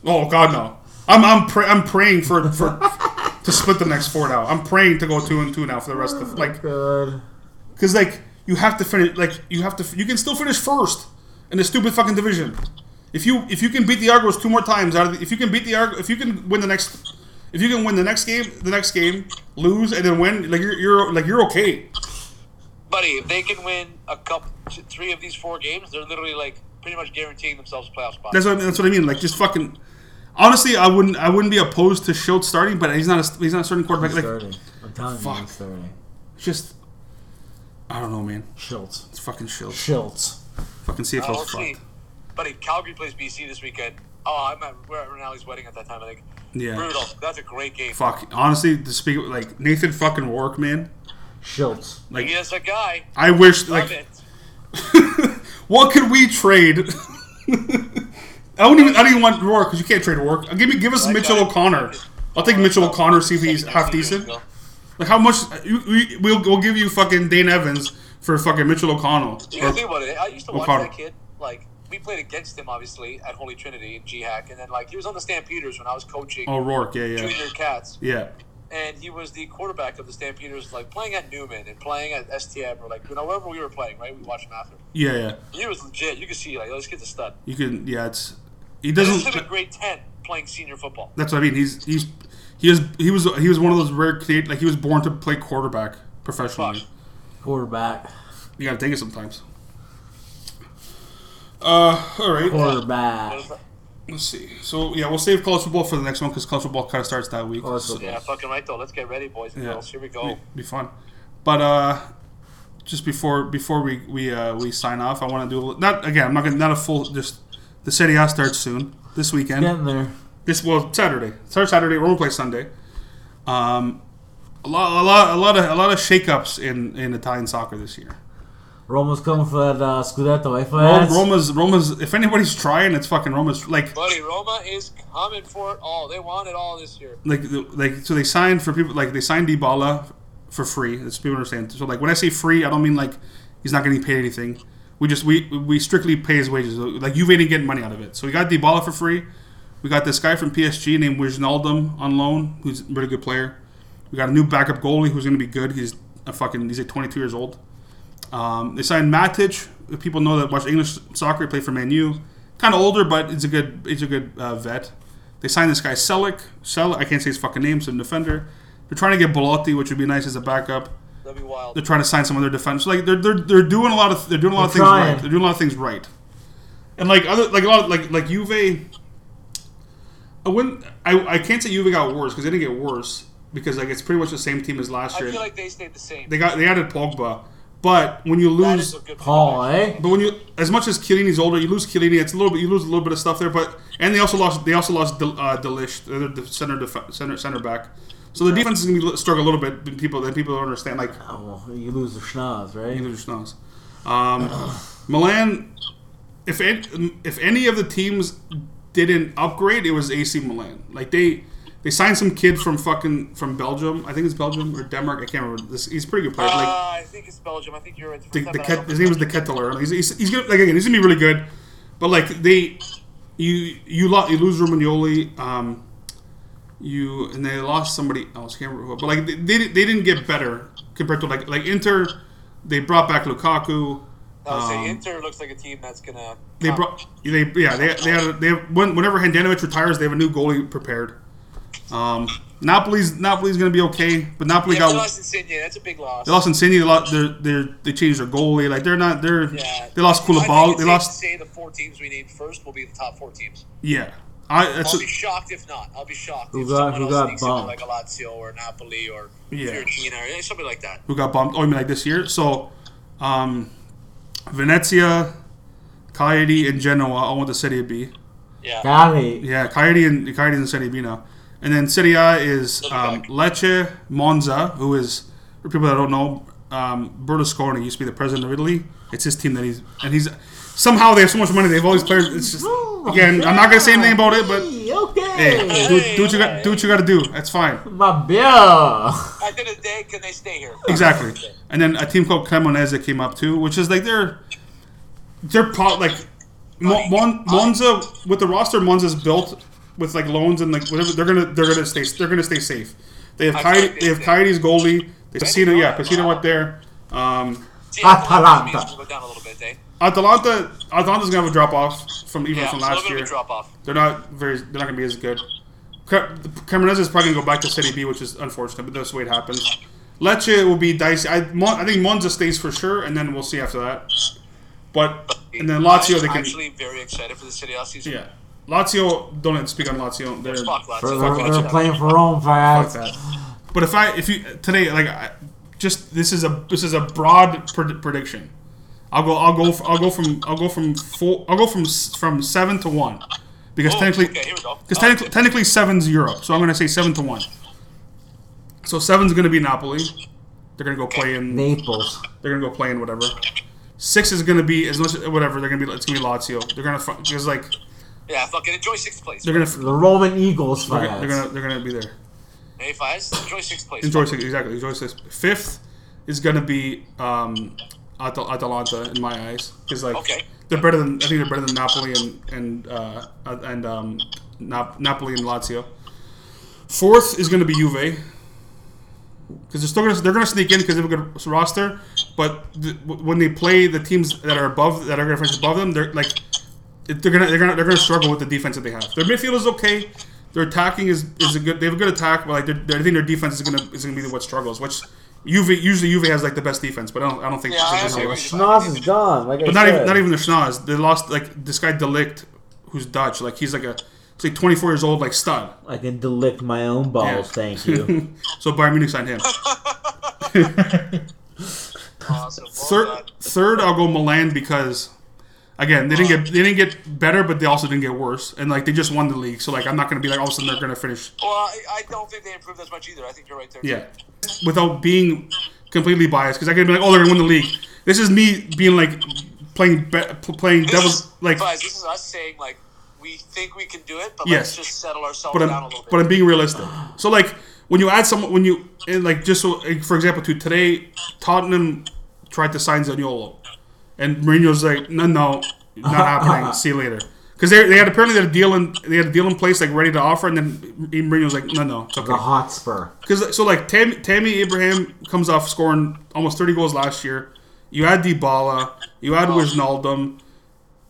[SPEAKER 3] Oh God no. I'm I'm pray I'm praying for for to split the next four now. I'm praying to go two and two now for the rest of like
[SPEAKER 2] Good.
[SPEAKER 3] Because like you have to finish, like you have to, you can still finish first in the stupid fucking division. If you if you can beat the Argos two more times out of, the, if you can beat the Argos, if you can win the next, if you can win the next game, the next game, lose and then win, like you're, you're like you're okay.
[SPEAKER 4] Buddy, if they can win a couple, t- three of these four games, they're literally like pretty much guaranteeing themselves a playoff spot.
[SPEAKER 3] That's what that's what I mean. Like just fucking. Honestly, I wouldn't I wouldn't be opposed to Schultz starting, but he's not a, he's not a starting quarterback.
[SPEAKER 2] He's
[SPEAKER 3] Like
[SPEAKER 2] thirty. I'm telling you,
[SPEAKER 3] Fuck.
[SPEAKER 2] he's thirty.
[SPEAKER 3] just. I don't know, man.
[SPEAKER 2] Schultz.
[SPEAKER 3] It's fucking Schultz.
[SPEAKER 2] Schultz.
[SPEAKER 3] Fucking
[SPEAKER 4] Uh, we'll
[SPEAKER 3] CFL's
[SPEAKER 4] see.
[SPEAKER 3] fucked.
[SPEAKER 4] Buddy, Calgary plays BC this weekend. Oh, I'm at, we're at Rinaldi's wedding at that time. I think.
[SPEAKER 3] Yeah.
[SPEAKER 4] Brutal. That's a great game.
[SPEAKER 3] Fuck. Honestly, to speak like Nathan fucking Warwick, man.
[SPEAKER 2] Schultz.
[SPEAKER 3] Like
[SPEAKER 4] He is a guy.
[SPEAKER 3] I wish like.
[SPEAKER 4] Love it.
[SPEAKER 3] What could we trade? I don't even. I don't even want Rourke because you can't trade Rourke. Give me, give us Mitchell
[SPEAKER 4] guy.
[SPEAKER 3] O'Connor. I'll take Mitchell O'Connor. See if he's half decent. Like how much? You, we, we'll, we'll give you fucking Dane Evans for fucking Mitchell O'Connell.
[SPEAKER 4] You
[SPEAKER 3] Or-
[SPEAKER 4] gotta think about it. I used to watch
[SPEAKER 3] O'Connor.
[SPEAKER 4] that kid. Like we played against him, obviously, at Holy Trinity and GHAC, and then like he was on the Stampeders when I was coaching
[SPEAKER 3] oh, Rourke. Yeah, yeah,
[SPEAKER 4] junior cats,
[SPEAKER 3] yeah.
[SPEAKER 4] and he was the quarterback of the Stampeders, like playing at Newman and playing at STM or like you know wherever we were playing. Right, we watched him after.
[SPEAKER 3] Yeah, yeah.
[SPEAKER 4] He was legit. You could see like let's get the stud.
[SPEAKER 3] You can. Yeah, it's. He
[SPEAKER 4] This is in
[SPEAKER 3] doesn't.
[SPEAKER 4] a grade ten playing senior football.
[SPEAKER 3] That's what I mean. He's he's he is he was he was one of those rare Canadian. Like he was born to play quarterback professionally.
[SPEAKER 4] Fuck.
[SPEAKER 2] Quarterback.
[SPEAKER 3] You gotta take it sometimes. Uh, all right.
[SPEAKER 2] Quarterback.
[SPEAKER 3] Let's see. So yeah, we'll save college football for the next one because college football kind of starts that week.
[SPEAKER 2] Oh, it's
[SPEAKER 3] So-
[SPEAKER 2] okay.
[SPEAKER 4] Yeah, fucking right though. Let's get ready, boys and girls. Oh, Here we go.
[SPEAKER 3] Be, be fun. But uh, just before before we we uh, we sign off, I want to do a, li- not again. I'm not gonna not a full just the Serie A starts soon this weekend.
[SPEAKER 2] Getting there.
[SPEAKER 3] This well Saturday, start Saturday. We're gonna play Sunday. Um, a lot a lot a lot of a lot of shakeups in in Italian soccer this year.
[SPEAKER 2] Roma's coming for that uh, Scudetto. If I
[SPEAKER 3] Rome,
[SPEAKER 2] ask-
[SPEAKER 3] Roma's Roma's if anybody's trying, it's fucking Roma's like.
[SPEAKER 4] Buddy, Roma is coming for it all. They want it all this year.
[SPEAKER 3] like the- like so they signed for people like they signed DiBala for free. That's people understand. So like when I say free, I don't mean like he's not getting paid anything. We just we we strictly pay his wages. Like Juve didn't get money out of it. So we got DiBala for free. We got this guy from PSG named Wijnaldum on loan, who's a really good player. We got a new backup goalie who's going to be good. He's a fucking he's like 22 years old. Um, they signed Matic. If People know that watch English soccer. Play for Man U. Kind of older, but it's a good it's a good uh, vet. They signed this guy Selick. Selick. I can't say his fucking name. Some defender. They're trying to get Belotti, which would be nice as a backup.
[SPEAKER 4] That'd be wild.
[SPEAKER 3] They're trying to sign some other defense. Like they're they're, they're doing a lot of they're doing a lot of
[SPEAKER 2] They're
[SPEAKER 3] things
[SPEAKER 2] trying.
[SPEAKER 3] right. They're doing a lot of things right. And like other like a lot of, like like Juve. I wouldn't. I, I can't say Juve got worse because they didn't get worse because like it's pretty much the same team as last
[SPEAKER 4] I
[SPEAKER 3] year.
[SPEAKER 4] feel like they stayed the same.
[SPEAKER 3] they got they added Pogba, but when you
[SPEAKER 4] That
[SPEAKER 3] lose
[SPEAKER 4] is a good
[SPEAKER 2] Paul, eh?
[SPEAKER 3] but when you, as much as Chiellini's older, you lose Chiellini. It's a little bit, you lose a little bit of stuff there. But and they also lost, they also lost Del- uh, Delish, the other def- center def- center center back. So the defense is going to be struck a little bit. than People then people don't understand. Like
[SPEAKER 2] Oh, well, you lose the schnoz,
[SPEAKER 3] you
[SPEAKER 2] right?
[SPEAKER 3] lose Schnoz. Um, Milan, if it, if any of the teams didn't upgrade, it was AC Milan. Like they they signed some kid from fucking from Belgium. I think it's Belgium or Denmark. I can't remember. This he's a pretty good player.
[SPEAKER 4] Uh,
[SPEAKER 3] Like
[SPEAKER 4] I think it's Belgium. I think you're right.
[SPEAKER 3] the, the Ket, his name is the Kettler. He's, he's, he's gonna like again. He's gonna be really good, but like they, you you lo- you lose Romagnoli, um, you and they lost somebody else. Can't remember who. But like they, they didn't- they didn't get better compared to like like Inter. They brought back Lukaku.
[SPEAKER 4] I would say
[SPEAKER 3] um,
[SPEAKER 4] Inter looks like a team that's gonna.
[SPEAKER 3] They
[SPEAKER 4] come.
[SPEAKER 3] brought they yeah they they had they have, when, whenever Handanovic retires, they have a new goalie prepared. Um, Napoli's Napoli's gonna be okay, but Napoli
[SPEAKER 4] Yeah,
[SPEAKER 3] got
[SPEAKER 4] they lost Insigne. That's a big loss.
[SPEAKER 3] they lost Insigne. They lost. They're, they're, they changed their goalie. Like they're not. They're
[SPEAKER 4] Yeah.
[SPEAKER 3] they lost
[SPEAKER 4] I think
[SPEAKER 3] Koulibaly.
[SPEAKER 4] it's
[SPEAKER 3] They
[SPEAKER 4] safe
[SPEAKER 3] lost.
[SPEAKER 4] To say the four teams we named first will be the top four teams.
[SPEAKER 3] Yeah, I. That's
[SPEAKER 4] I'll
[SPEAKER 3] a,
[SPEAKER 4] be shocked if not. I'll be shocked
[SPEAKER 2] Who
[SPEAKER 4] if
[SPEAKER 2] got-
[SPEAKER 4] someone
[SPEAKER 2] who
[SPEAKER 4] else
[SPEAKER 2] got
[SPEAKER 4] sneaks in
[SPEAKER 2] bumped?
[SPEAKER 4] like a Lazio or Napoli or
[SPEAKER 3] Yeah.
[SPEAKER 4] Fiorentina or something like that.
[SPEAKER 3] who got bumped. Oh, I mean, like this year. So, um, Venezia, Coyote, and Genoa all went to Serie B.
[SPEAKER 4] Yeah.
[SPEAKER 2] Got it.
[SPEAKER 3] Yeah, Coyote and Coyote's in Serie B now. And then Serie A is um, Lecce, Monza, who is for people that don't know, um, Berlusconi used to be the president of Italy. It's his team that he's and he's somehow they have so much money. They have all these players. It's just again, I'm not gonna say anything about it, but
[SPEAKER 2] Hey, okay.
[SPEAKER 3] hey, do, do what you got. Do what you got to do. That's fine.
[SPEAKER 2] My beer.
[SPEAKER 4] At the end of the day, can they stay here?
[SPEAKER 3] Exactly. And then a team called Cremonese that came up too, which is like they're they're pro- like Mo- Mon- Monza with the roster Monza's built with like loans and like whatever they're gonna they're gonna stay they're gonna stay safe. They have
[SPEAKER 4] I
[SPEAKER 3] Coyote,
[SPEAKER 4] think
[SPEAKER 3] they have
[SPEAKER 4] they-
[SPEAKER 3] Coyote's goalie. They Casino, yeah,
[SPEAKER 4] Atalanta.
[SPEAKER 3] Casino went there. Um,
[SPEAKER 4] See, I thought
[SPEAKER 2] Atalanta.
[SPEAKER 4] the teams will Go down a little bit, eh?
[SPEAKER 3] Atalanta Atalanta's gonna have a drop off from even
[SPEAKER 4] Yeah,
[SPEAKER 3] from
[SPEAKER 4] it's a little
[SPEAKER 3] last
[SPEAKER 4] bit of
[SPEAKER 3] year.
[SPEAKER 4] a drop off.
[SPEAKER 3] They're not very they're not gonna be as good. Cre- Cremonese is probably gonna go back to City B, which is unfortunate, but that's the way it happens. Lecce will be dicey. I, Mon- I think Monza stays for sure, and then we'll see after that. But and then Lazio they
[SPEAKER 4] I'm
[SPEAKER 3] can
[SPEAKER 4] actually very excited for the City off season.
[SPEAKER 3] yeah. Lazio don't even speak on Lazio. They're
[SPEAKER 4] Fuck
[SPEAKER 2] They're,
[SPEAKER 4] Lazio.
[SPEAKER 2] they're
[SPEAKER 4] Fuck
[SPEAKER 2] playing for Rome,
[SPEAKER 3] fuck
[SPEAKER 2] fast.
[SPEAKER 3] that. But if I if you today like I, just this is a this is a broad pred- prediction. I'll go I'll go f- I'll go from I'll go from four I'll go from s- from seven to one because
[SPEAKER 4] Oh,
[SPEAKER 3] technically
[SPEAKER 4] okay, here we go.
[SPEAKER 3] because technically, technically seven's Europe, so I'm going to say seven to one. So seven's going to be Napoli. They're going to go play in.
[SPEAKER 2] Naples.
[SPEAKER 3] They're going to go play in whatever. Six is going to be as much whatever. They're going to be. It's going to be Lazio. They're going to just like
[SPEAKER 4] Yeah, fucking enjoy sixth place.
[SPEAKER 3] they're going to
[SPEAKER 2] The Roman Eagles,
[SPEAKER 3] they're going
[SPEAKER 2] fast.
[SPEAKER 3] to they're going to be there.
[SPEAKER 4] Hey, Fives, enjoy sixth place.
[SPEAKER 3] Enjoy six exactly. Enjoy six. Fifth is going to be um, Atal- Atalanta in my eyes because like
[SPEAKER 4] Okay.
[SPEAKER 3] they're better than I think they're better than Napoli and and uh, and um, Nap- Napoli and Lazio. Fourth is going to be Juve because they're still gonna, they're going to sneak in because they have a good roster. But th- w- when they play the teams that are above that are going to finish above them, they're like it- they're going to they're going to they're going to struggle with the defense that they have. Their midfield is okay. Their attacking is, is a good. They have a good attack, but like they're, they're- I think their defense is gonna is gonna be what struggles. Which Juve usually Juve has like the best defense, but I don't I don't think.
[SPEAKER 4] Yeah, I
[SPEAKER 3] think
[SPEAKER 4] agree
[SPEAKER 3] so.
[SPEAKER 4] with you.
[SPEAKER 2] Schnoz is gone. Like I
[SPEAKER 3] But not
[SPEAKER 2] said.
[SPEAKER 3] even not even the schnoz. They lost like this guy Delict, who's Dutch. Like he's like a it's like 24 years old, like stud.
[SPEAKER 5] I can delict my own balls,
[SPEAKER 3] Yeah.
[SPEAKER 5] thank you.
[SPEAKER 3] So Bayern Munich signed him.
[SPEAKER 4] Awesome. Well
[SPEAKER 3] Third,
[SPEAKER 4] done.
[SPEAKER 3] third, I'll go Milan because again they didn't get they didn't get better, but they also didn't get worse, and like they just won the league. So like I'm not gonna be like all of a sudden they're gonna finish
[SPEAKER 4] Well, I, I don't think they improved as much either. I think you're right there. too.
[SPEAKER 3] yeah without being completely biased because I could be like oh they're gonna win the league. This is me being like playing be- playing
[SPEAKER 4] This
[SPEAKER 3] devil's
[SPEAKER 4] is,
[SPEAKER 3] like,
[SPEAKER 4] guys, this is us saying like we think we can do it, but
[SPEAKER 3] Yes.
[SPEAKER 4] let's just settle ourselves
[SPEAKER 3] but
[SPEAKER 4] down a
[SPEAKER 3] I'm
[SPEAKER 4] little bit.
[SPEAKER 3] but I'm being realistic. So like when you add someone when you and like just so like, for example to today Tottenham tried to sign Zaniolo, and Mourinho's like no no not happening. See you later. Because they, they had apparently they had a deal in they had a deal in place like ready to offer, and then Mourinho's like no no it's okay.
[SPEAKER 2] The Hotspur.
[SPEAKER 3] Because so like Tammy, Tammy Abraham comes off scoring almost thirty goals last year. You add DiBala, you
[SPEAKER 4] Oh.
[SPEAKER 3] add Wijnaldum,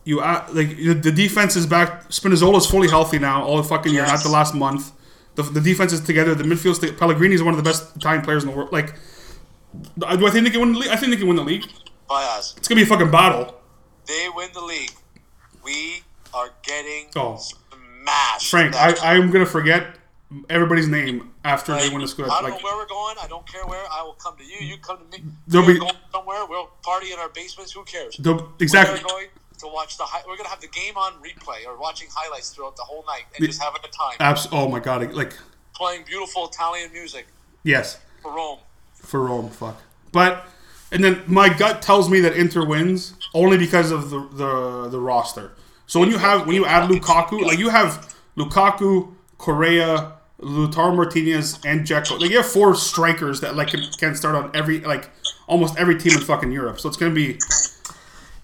[SPEAKER 3] you add like the, the defense is back. Spinazzola's fully healthy now. All the fucking year, not the last month. The, the defense is together. The midfield's together. Pellegrini is one of the best Italian players in the world. Like, do I think they can win the league? I think they can win the league.
[SPEAKER 4] By us,
[SPEAKER 3] It's gonna be a fucking battle.
[SPEAKER 4] they win the league. We are getting
[SPEAKER 3] Oh.
[SPEAKER 4] smashed.
[SPEAKER 3] Frank,
[SPEAKER 4] That's-
[SPEAKER 3] I, I'm gonna forget everybody's name after they
[SPEAKER 4] Like,
[SPEAKER 3] win the squad.
[SPEAKER 4] I don't
[SPEAKER 3] Like,
[SPEAKER 4] know where we're going. I don't care where. I will come to you. You come to me.
[SPEAKER 3] There'll
[SPEAKER 4] we're
[SPEAKER 3] be-
[SPEAKER 4] going somewhere. We'll party in our basements. Who cares?
[SPEAKER 3] the- exactly.
[SPEAKER 4] We're going to watch the. Hi- we're going to have the game on replay or watching highlights throughout the whole night and
[SPEAKER 3] The-
[SPEAKER 4] just having a time
[SPEAKER 3] Abs- oh my god! Like,
[SPEAKER 4] playing beautiful Italian music
[SPEAKER 3] yes.
[SPEAKER 4] for Rome.
[SPEAKER 3] for Rome. Fuck. But and then my gut tells me that Inter wins only because of the the, the roster. So when you have when you add Lukaku, like you have Lukaku, Correa, Lautaro Martinez, and Jekyll. Like you have four strikers that like can, can start on every like almost every team in fucking Europe. So it's gonna be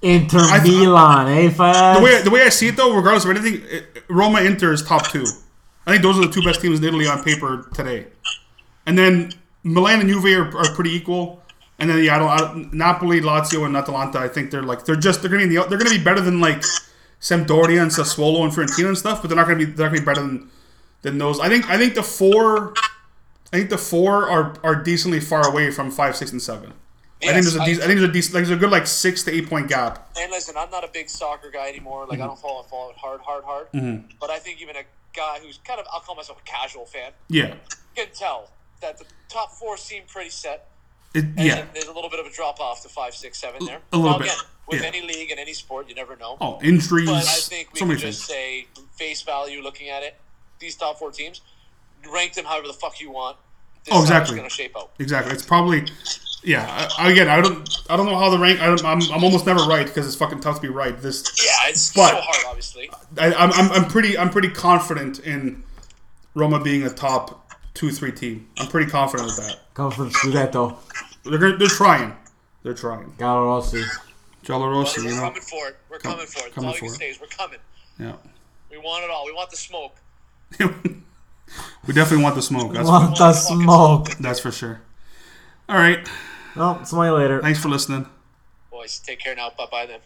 [SPEAKER 2] Inter
[SPEAKER 3] th-
[SPEAKER 2] Milan, eh, Faz?
[SPEAKER 3] the way the way I see it though. Regardless of anything, it- Roma Inter is top two. I think those are the two best teams in Italy on paper today. And then Milan and Juve are, are pretty equal. And then yeah, I don't, I, Napoli, Lazio, and Atalanta. I think they're like they're just they're gonna be in the, they're gonna be better than like Sampdoria and Sassuolo and Fiorentina and stuff. But they're not gonna be they're not gonna be better than than those. I think I think the four. I think the four are, are decently far away from five, six, and seven. I think
[SPEAKER 4] Yes,
[SPEAKER 3] there's a
[SPEAKER 4] I-
[SPEAKER 3] dec- I think there's a decent, like there's a good like six to eight point gap.
[SPEAKER 4] And listen, I'm not a big soccer guy anymore. Like I
[SPEAKER 3] Mm-hmm.
[SPEAKER 4] don't follow follow it hard, hard, hard. But I think even a guy who's kind of I'll call myself a casual fan
[SPEAKER 3] Yeah,
[SPEAKER 4] can tell that the top four seem pretty set.
[SPEAKER 3] it,
[SPEAKER 4] And
[SPEAKER 3] yeah.
[SPEAKER 4] then there's a little bit of a drop off to five, six, seven there.
[SPEAKER 3] A little
[SPEAKER 4] Now,
[SPEAKER 3] bit,
[SPEAKER 4] Again, with
[SPEAKER 3] yeah.
[SPEAKER 4] any league and any sport, you never know.
[SPEAKER 3] Oh, injuries.
[SPEAKER 4] But I think we
[SPEAKER 3] so
[SPEAKER 4] can
[SPEAKER 3] many
[SPEAKER 4] just
[SPEAKER 3] things.
[SPEAKER 4] say face value looking at it. These top four teams, rank them however the fuck you want. This
[SPEAKER 3] Oh,
[SPEAKER 4] is how
[SPEAKER 3] exactly.
[SPEAKER 4] It's going to shape out.
[SPEAKER 3] Exactly. It's probably. Yeah. I, again, I don't. I don't know how the rank. I don't, I'm. I'm almost never right because it's fucking tough to be right. This.
[SPEAKER 4] Yeah, it's
[SPEAKER 3] But-
[SPEAKER 4] so hard, obviously.
[SPEAKER 3] I, I'm. I'm- I'm pretty. I'm pretty confident in Roma being a top two, three team. I'm pretty confident with that.
[SPEAKER 2] Come from Scudetto.
[SPEAKER 3] They're. gonna- They're trying. They're trying.
[SPEAKER 2] Gallo Rossi.
[SPEAKER 3] Giallo Rossi,
[SPEAKER 4] We're
[SPEAKER 3] you know.
[SPEAKER 4] coming for it. We're coming for it. That's
[SPEAKER 3] coming
[SPEAKER 4] all you can
[SPEAKER 3] for it.
[SPEAKER 4] say is we're coming.
[SPEAKER 3] Yeah.
[SPEAKER 4] We want it all. We want the smoke.
[SPEAKER 3] we definitely want the smoke. That's
[SPEAKER 2] Want the smoke.
[SPEAKER 3] that's for sure. All right.
[SPEAKER 2] Well, smile later.
[SPEAKER 3] Thanks for listening.
[SPEAKER 4] Boys, take care now. Bye bye then.